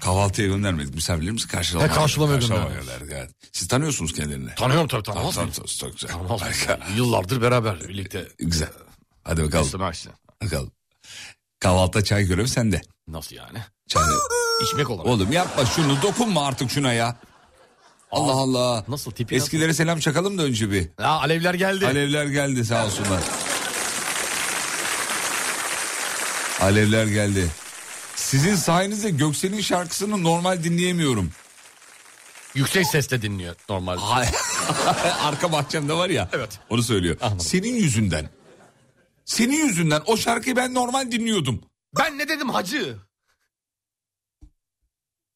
S3: kahvaltıya göndermedik misafirlerimizi karşılamaya.
S5: He, karşılamaya gönderdik.
S3: gönderdik. evet. Siz tanıyorsunuz kendilerini.
S5: Tanıyorum tabii, tanımaz
S3: Tamam,
S5: mıyım?
S3: tamam, çok güzel.
S5: Yıllardır beraber birlikte.
S3: Güzel. Hadi bakalım.
S5: Esneme açsın.
S3: Bakalım. Kahvaltıda çay görevi sende.
S5: Nasıl yani?
S3: Çay.
S5: İçmek olarak.
S3: Oğlum yapma şunu dokunma artık şuna ya. Allah Allah.
S5: Nasıl tipi? nasıl?
S3: Eskilere selam çakalım da önce bir.
S5: Ya alevler geldi.
S3: Alevler geldi sağ olsunlar. Alevler geldi. Sizin sayenizde Göksel'in şarkısını normal dinleyemiyorum.
S5: Yüksek sesle dinliyor normal.
S3: <laughs> Arka bahçemde var ya.
S5: Evet.
S3: Onu söylüyor.
S5: Anladım.
S3: Senin yüzünden. Senin yüzünden o şarkıyı ben normal dinliyordum.
S5: Ben ne dedim hacı?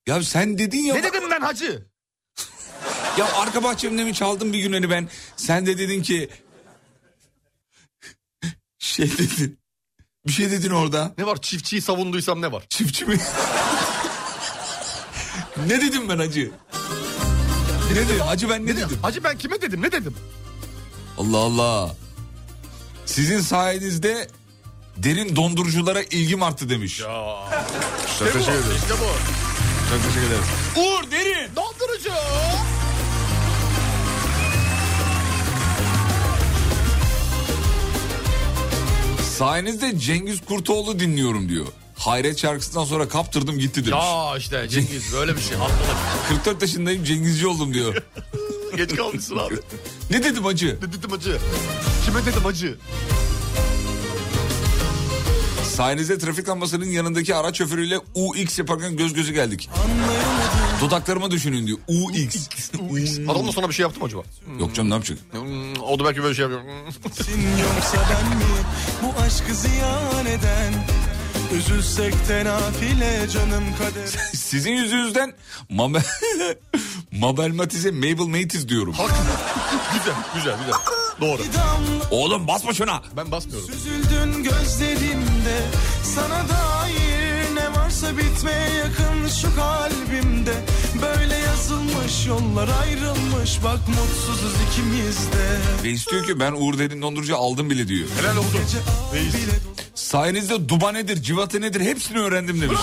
S3: Ya sen dedin ya.
S5: Ne dedim ben hacı?
S3: Ya arka bahçemde mi çaldım bir gün hani ben? Sen de dedin ki... Şey dedin. Bir şey dedin orada.
S5: Ne var çiftçiyi savunduysam ne var?
S3: Çiftçi mi? ne dedim ben hacı? Ne dedim? Hacı ben ne dedim?
S5: Hacı ben kime dedim ne dedim?
S3: Allah Allah. Sizin sayenizde derin donduruculara ilgim arttı demiş. Çok teşekkür ederiz.
S5: İşte bu.
S3: Çok teşekkür ederiz.
S5: Uğur derin. Dondurucu.
S3: Sayenizde Cengiz Kurtoğlu dinliyorum diyor. Hayret şarkısından sonra kaptırdım gitti demiş.
S5: Ya işte Cengiz böyle bir şey. Hastalık.
S3: 44 yaşındayım Cengizci oldum diyor.
S5: Geç kalmışsın
S3: <laughs>
S5: abi.
S3: ne dedim hacı?
S5: Ne dedim hacı? Kime dedim hacı?
S3: Sayenizde trafik lambasının yanındaki araç şoförüyle UX yaparken göz göze geldik. Dudaklarımı düşünün diyor. UX. Hmm.
S5: Adam da sana bir şey yaptım acaba?
S3: <laughs> Yok canım ne yapacak?
S5: Hmm, O da belki böyle şey
S3: Hmm.
S5: yapıyor.
S1: Sin yoksa ben mi bu aşkı ziyan eden Üzülsek de nafile canım kader
S3: Sizin yüzünüzden Mabel, <laughs> Mabel Matiz'e Mabel Matiz diyorum.
S5: <laughs> güzel güzel güzel. Doğru.
S3: Oğlum basma şuna.
S5: Ben basmıyorum.
S1: Üzüldün gözlerimde Sana dair ne varsa bitmeye yakın şu kalbimde Böyle yazılmış yollar ayrılmış Bak mutsuzuz ikimiz de
S3: Ve istiyor ki ben Uğur Derin Dondurucu aldım bile diyor.
S5: Helal olsun.
S1: Gece al bile
S3: Sayenizde duba nedir, civata nedir hepsini öğrendim demiş.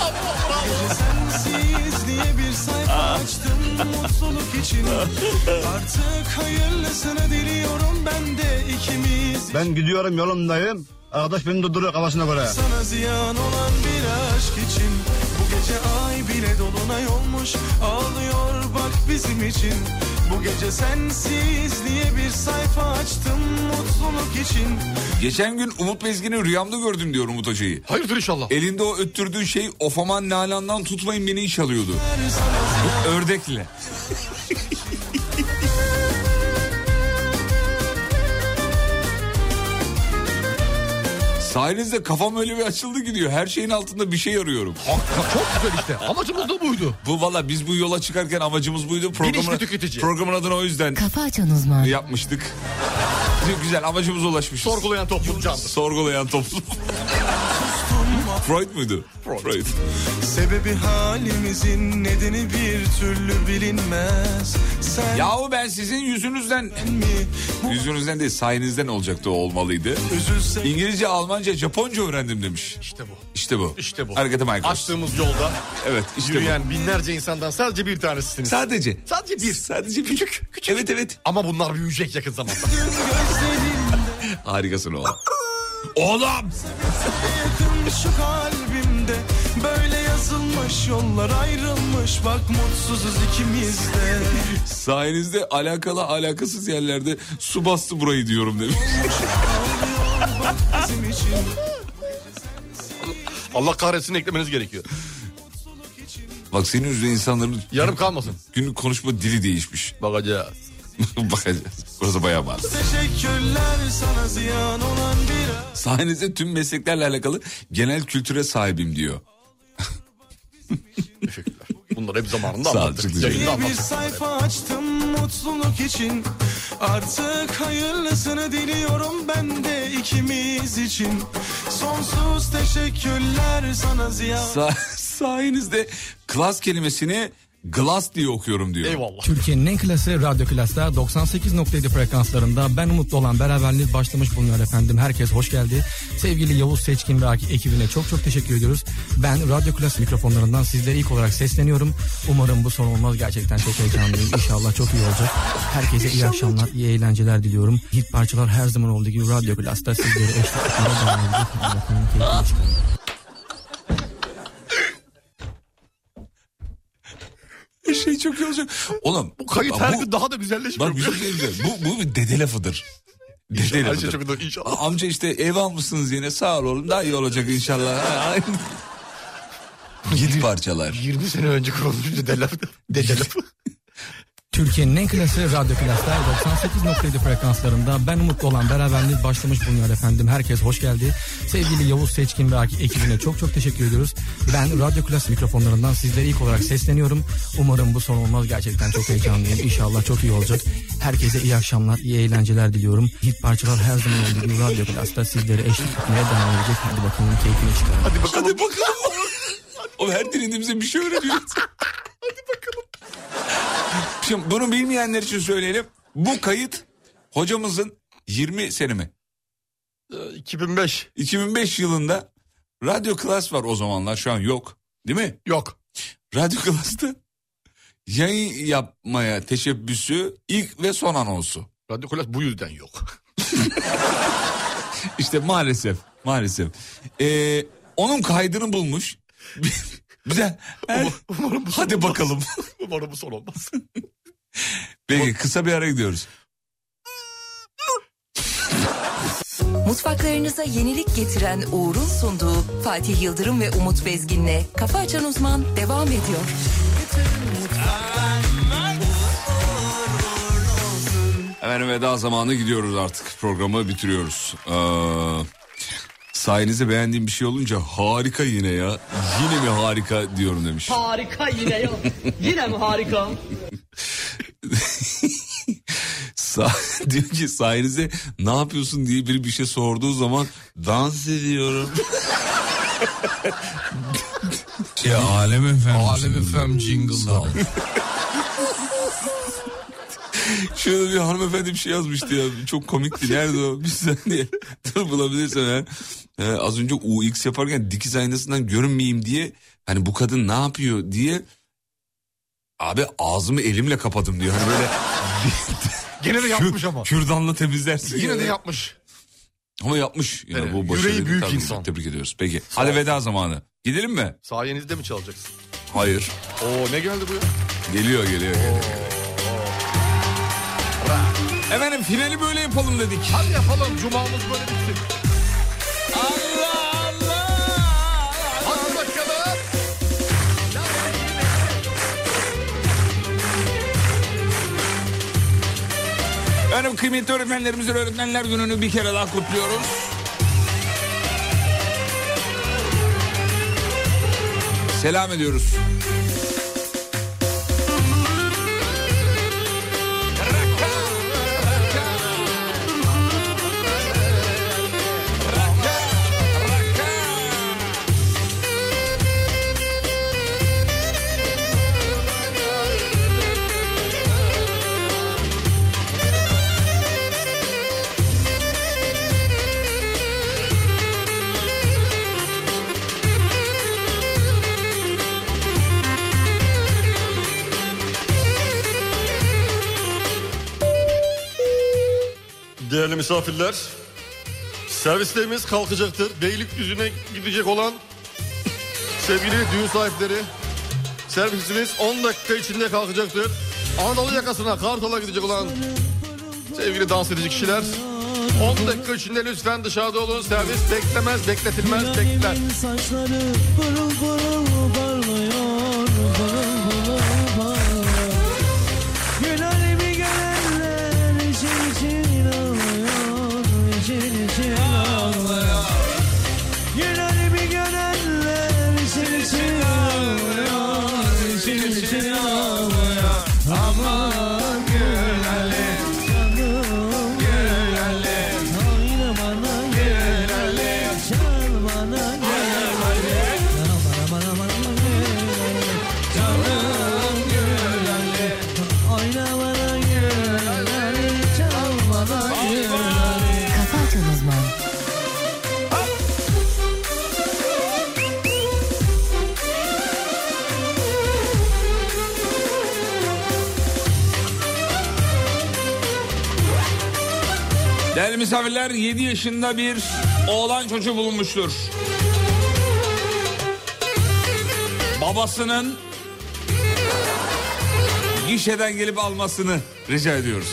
S1: Sensiz diye bir sayfa açtım mutluluk <laughs> için Artık hayırlısını diliyorum ben de ikimiz
S8: Ben gidiyorum yolumdayım. Arkadaş beni durduruyor kafasına göre.
S1: Sana ziyan olan bir aşk için Bu gece ay bile dolunay olmuş Ağlıyor bak bizim için Bu gece sensiz diye bir sayfa açtım mutluluk için
S3: Geçen gün Umut Bezgin'i rüyamda gördüm diyor Umut Hoca'yı.
S5: Hayırdır inşallah.
S3: Elinde o öttürdüğü şey ofaman nalandan tutmayın beni çalıyordu. Ördekle. <laughs> Sayenizde kafam öyle bir açıldı gidiyor. Her şeyin altında bir şey arıyorum.
S5: Çok güzel işte. Amacımız da buydu.
S3: Bu valla biz bu yola çıkarken amacımız buydu. Programın, programın adını o yüzden
S7: Açan uzman.
S3: yapmıştık. Güzel amacımıza ulaşmışız.
S5: Sorgulayan toplum
S3: Sorgulayan toplum. <laughs> Freud muydu? Freud.
S1: Sebebi halimizin nedeni bir türlü bilinmez Sen
S3: Yahu ben sizin yüzünüzden Yüzünüzden değil sayenizden olacaktı o olmalıydı. İngilizce, Almanca, Japonca öğrendim demiş. İşte bu. İşte bu.
S5: İşte bu.
S3: Hareketi Michael.
S5: Açtığımız yolda
S3: Evet işte
S5: yürüyen binlerce insandan sadece bir tanesisiniz.
S3: Sadece.
S5: Sadece bir.
S3: Sadece küçük. Küçük. Evet evet.
S5: Ama bunlar büyüyecek yakın zamanda.
S3: bu. Harikasın oğlum. Oğlum.
S1: Sevdim şu kalbimde Böyle yazılmış yollar ayrılmış Bak mutsuzuz ikimiz de
S3: Sayenizde alakalı alakasız yerlerde su bastı burayı diyorum demiş.
S1: Bak bizim için
S5: <laughs> Allah kahretsin eklemeniz gerekiyor.
S3: Bak senin yüzünden insanların...
S5: Yarım kalmasın.
S3: Günlük konuşma dili değişmiş. <laughs>
S5: Bakacağız.
S3: Bakacağız. Burası bayağı var.
S1: Teşekkürler sana ziyan olan bir
S3: Sayenizde tüm mesleklerle alakalı genel kültüre sahibim diyor.
S5: Bunlar hep zamanında
S3: Sağ ol,
S5: anlattık.
S3: çok güzel.
S5: Yayında
S1: Bir
S5: anlattık.
S1: sayfa açtım mutluluk için Artık hayırlısını diliyorum ben de ikimiz için Sonsuz teşekkürler sana ziyan
S3: Sa- sayenizde klas kelimesini glass diye okuyorum diyor.
S5: Eyvallah.
S9: Türkiye'nin en klası Radyo Klas'ta 98.7 frekanslarında ben Umutlu olan beraberliği başlamış bulunuyor efendim. Herkes hoş geldi. Sevgili Yavuz Seçkin ve Aki ekibine çok çok teşekkür ediyoruz. Ben Radyo Klas mikrofonlarından sizlere ilk olarak sesleniyorum. Umarım bu son olmaz gerçekten çok heyecanlıyım. İnşallah çok iyi olacak. Herkese iyi akşamlar, iyi eğlenceler diliyorum. Hit parçalar her zaman olduğu gibi Radyo Klas'ta sizleri eşlik etmeye devam edecek. Efendim, keyifli geçin.
S3: Her şey çok iyi olacak. Oğlum.
S5: Bu kayıt her gün daha da güzelleşmiyor.
S3: Bak bir şey söyleyeyim de, Bu, bu bir dede lafıdır. Dede
S5: İnşallah, her
S3: lafıdır.
S5: şey çok iyi, inşallah.
S3: Aa, Amca işte ev almışsınız yine sağ ol oğlum daha iyi olacak
S5: <laughs>
S3: inşallah. Ha, Git parçalar.
S5: 20 sene önce kurulmuş bir dede <laughs> lafı. Dede lafı.
S9: Türkiye'nin en klası radyo klaslar 98.7 frekanslarında ben Umutlu olan beraberliği başlamış bulunuyor efendim. Herkes hoş geldi. Sevgili Yavuz Seçkin ve Aki ekibine çok çok teşekkür ediyoruz. Ben radyo klas mikrofonlarından sizlere ilk olarak sesleniyorum. Umarım bu son olmaz gerçekten çok heyecanlıyım. İnşallah çok iyi olacak. Herkese iyi akşamlar, iyi eğlenceler diliyorum. Hit parçalar her zaman olduğu gibi radyo klasta sizlere eşlik etmeye devam edecek. Hadi bakalım keyfini çıkarın.
S3: Hadi bakalım. Hadi bakalım. <laughs> Oğlum her dinlediğimizde bir şey öğreniyoruz. Hadi bakalım. Şimdi bunu bilmeyenler için söyleyelim. Bu kayıt hocamızın 20 sene mi?
S5: 2005.
S3: 2005 yılında Radyo Klas var o zamanlar şu an yok. Değil mi?
S5: Yok.
S3: Radyo Klas'ta yayın yapmaya teşebbüsü ilk ve son anonsu.
S5: Radyo Klas bu yüzden yok. <laughs>
S3: İşte maalesef maalesef. Ee, onun kaydını bulmuş. <laughs> Bize her-
S5: Umarım bu son
S3: hadi
S5: olmaz.
S3: bakalım.
S5: Umarım bu son olmaz.
S3: Peki kısa bir ara gidiyoruz.
S7: Mutfaklarınıza yenilik getiren Uğur'un sunduğu Fatih Yıldırım ve Umut Bezgin'le Kafa Açan Uzman devam ediyor.
S3: Hemen veda zamanı gidiyoruz artık. Programı bitiriyoruz. Ee, sayenizde beğendiğim bir şey olunca harika yine ya. Yine mi harika diyorum demiş.
S10: Harika yine yok. yine mi harika?
S3: Sa- <laughs> diyor ki sayenizde ne yapıyorsun diye biri bir şey sorduğu zaman dans ediyorum. <laughs> ya alem efendim.
S16: Alem efendim jingle'da.
S3: <laughs> Şurada bir hanımefendi bir şey yazmıştı ya. Çok komikti. Nerede o? Bir saniye. <laughs> Dur bulabilirsen ha. Ee, az önce UX yaparken dikiz aynasından görünmeyeyim diye hani bu kadın ne yapıyor diye abi ağzımı elimle kapadım diyor. Hani böyle
S5: Gene de yapmış ama.
S3: kürdanla temizlersin.
S5: Yine
S3: ya.
S5: de yapmış.
S3: Ama yapmış. Yani
S5: Evet,
S3: bu
S5: yüreği
S3: başarıyı
S5: büyük
S3: tebrik-
S5: insan.
S3: Tebrik ediyoruz. Peki. Hadi veda zamanı. Gidelim mi?
S5: Sayenizde mi çalacaksın?
S3: Hayır.
S5: Oo ne geldi bu ya?
S3: Geliyor geliyor. geliyor. Efendim finali böyle yapalım dedik. Hadi yapalım. Cuma'mız böyle bitsin. Allah Allah. Hadi bakalım. Efendim kıymetli öğretmenlerimizin öğretmenler gününü bir kere daha kutluyoruz. Selam ediyoruz.
S5: Değerli misafirler, servislerimiz kalkacaktır. Beylikdüzü'ne gidecek olan sevgili düğün sahipleri, servisimiz 10 dakika içinde kalkacaktır. Anadolu yakasına, Kartal'a gidecek olan sevgili dans edici kişiler, 10 dakika içinde lütfen dışarıda olun. Servis beklemez, bekletilmez, bekler.
S1: Saçları pırıl pırıl parlıyor Pırıl pırıl parlıyor Gün alemi görenler için için ağlıyor için için ağlıyor Gün alemi görenler için için ağlıyor için için ağlıyor Aman gül alem Canım gül alem Oyna bana gül alem Çal bana gül alem Bana bana bana gül alem Canım gül alem Oyna bana gül alem Çal bana gül alem
S7: Kafa Açan Uzman.
S3: Değerli misafirler 7 yaşında bir oğlan çocuğu bulunmuştur. Babasının gişeden gelip almasını rica ediyoruz.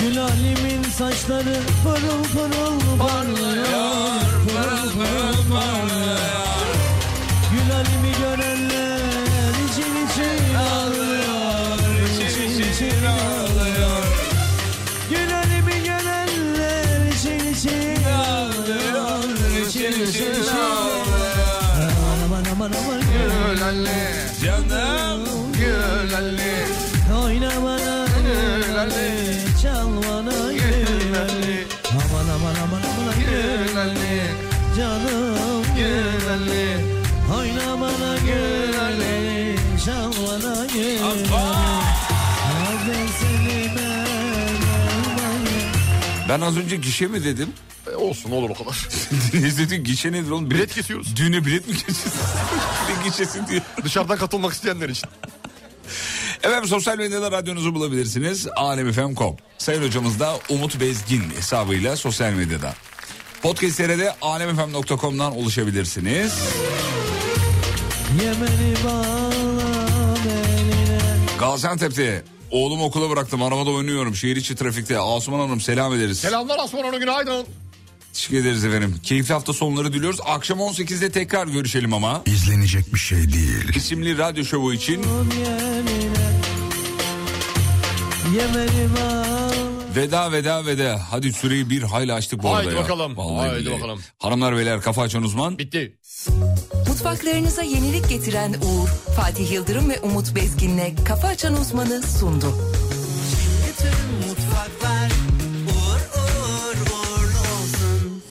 S1: Gül alimin saçları pırıl pırıl parlıyor Pırıl pırıl parlıyor Gül alimi görenler için için ağlıyor İçin için ağlıyor Gül alimi görenler için için ağlıyor İçin için ağlıyor Aman aman aman gül anne Canım gül anne Oyna bana gül anne Çal bana gül anne Aman aman aman aman gül anne Canım gül anne Oyna bana gül anne Çal bana gül anne Ah ben seni ben ben
S3: Ben az önce gişe mi dedim? <laughs>
S5: E, olsun olur o kadar.
S3: Dinleyicilerin gişe nedir oğlum? Bilet kesiyoruz. Düğüne bilet mi kesiyoruz? <laughs> Bir gişesi diye.
S5: Dışarıdan katılmak isteyenler için.
S3: Efendim sosyal medyada radyonuzu bulabilirsiniz. alemfm.com. Sayın hocamız da Umut Bezgin hesabıyla sosyal medyada. Podcastlere de alemfm.com'dan ulaşabilirsiniz.
S1: Ye beni bağla beline
S3: Gaziantep'te oğlumu okula bıraktım arabada oynuyorum. Şehir içi trafikte. Asuman Hanım selam ederiz.
S5: Selamlar Osman Hanım günaydın.
S3: Teşekkür ederiz efendim. Keyifli hafta sonları diliyoruz. Akşam 18'de tekrar görüşelim ama.
S9: İzlenecek bir şey değil.
S3: İsimli radyo şovu için
S1: yerine Ye beni bağla
S3: Veda veda veda. Hadi süreyi bir hayli açtık bu
S5: Haydi
S3: arada ya.
S5: bakalım.
S3: Vallahi
S5: Haydi
S3: billahi.
S5: bakalım.
S3: Hanımlar beyler kafa açan uzman.
S5: Bitti.
S7: Mutfaklarınıza yenilik getiren Uğur, Fatih Yıldırım ve Umut Bezgin'le Kafa Açan Uzman'ı sundu.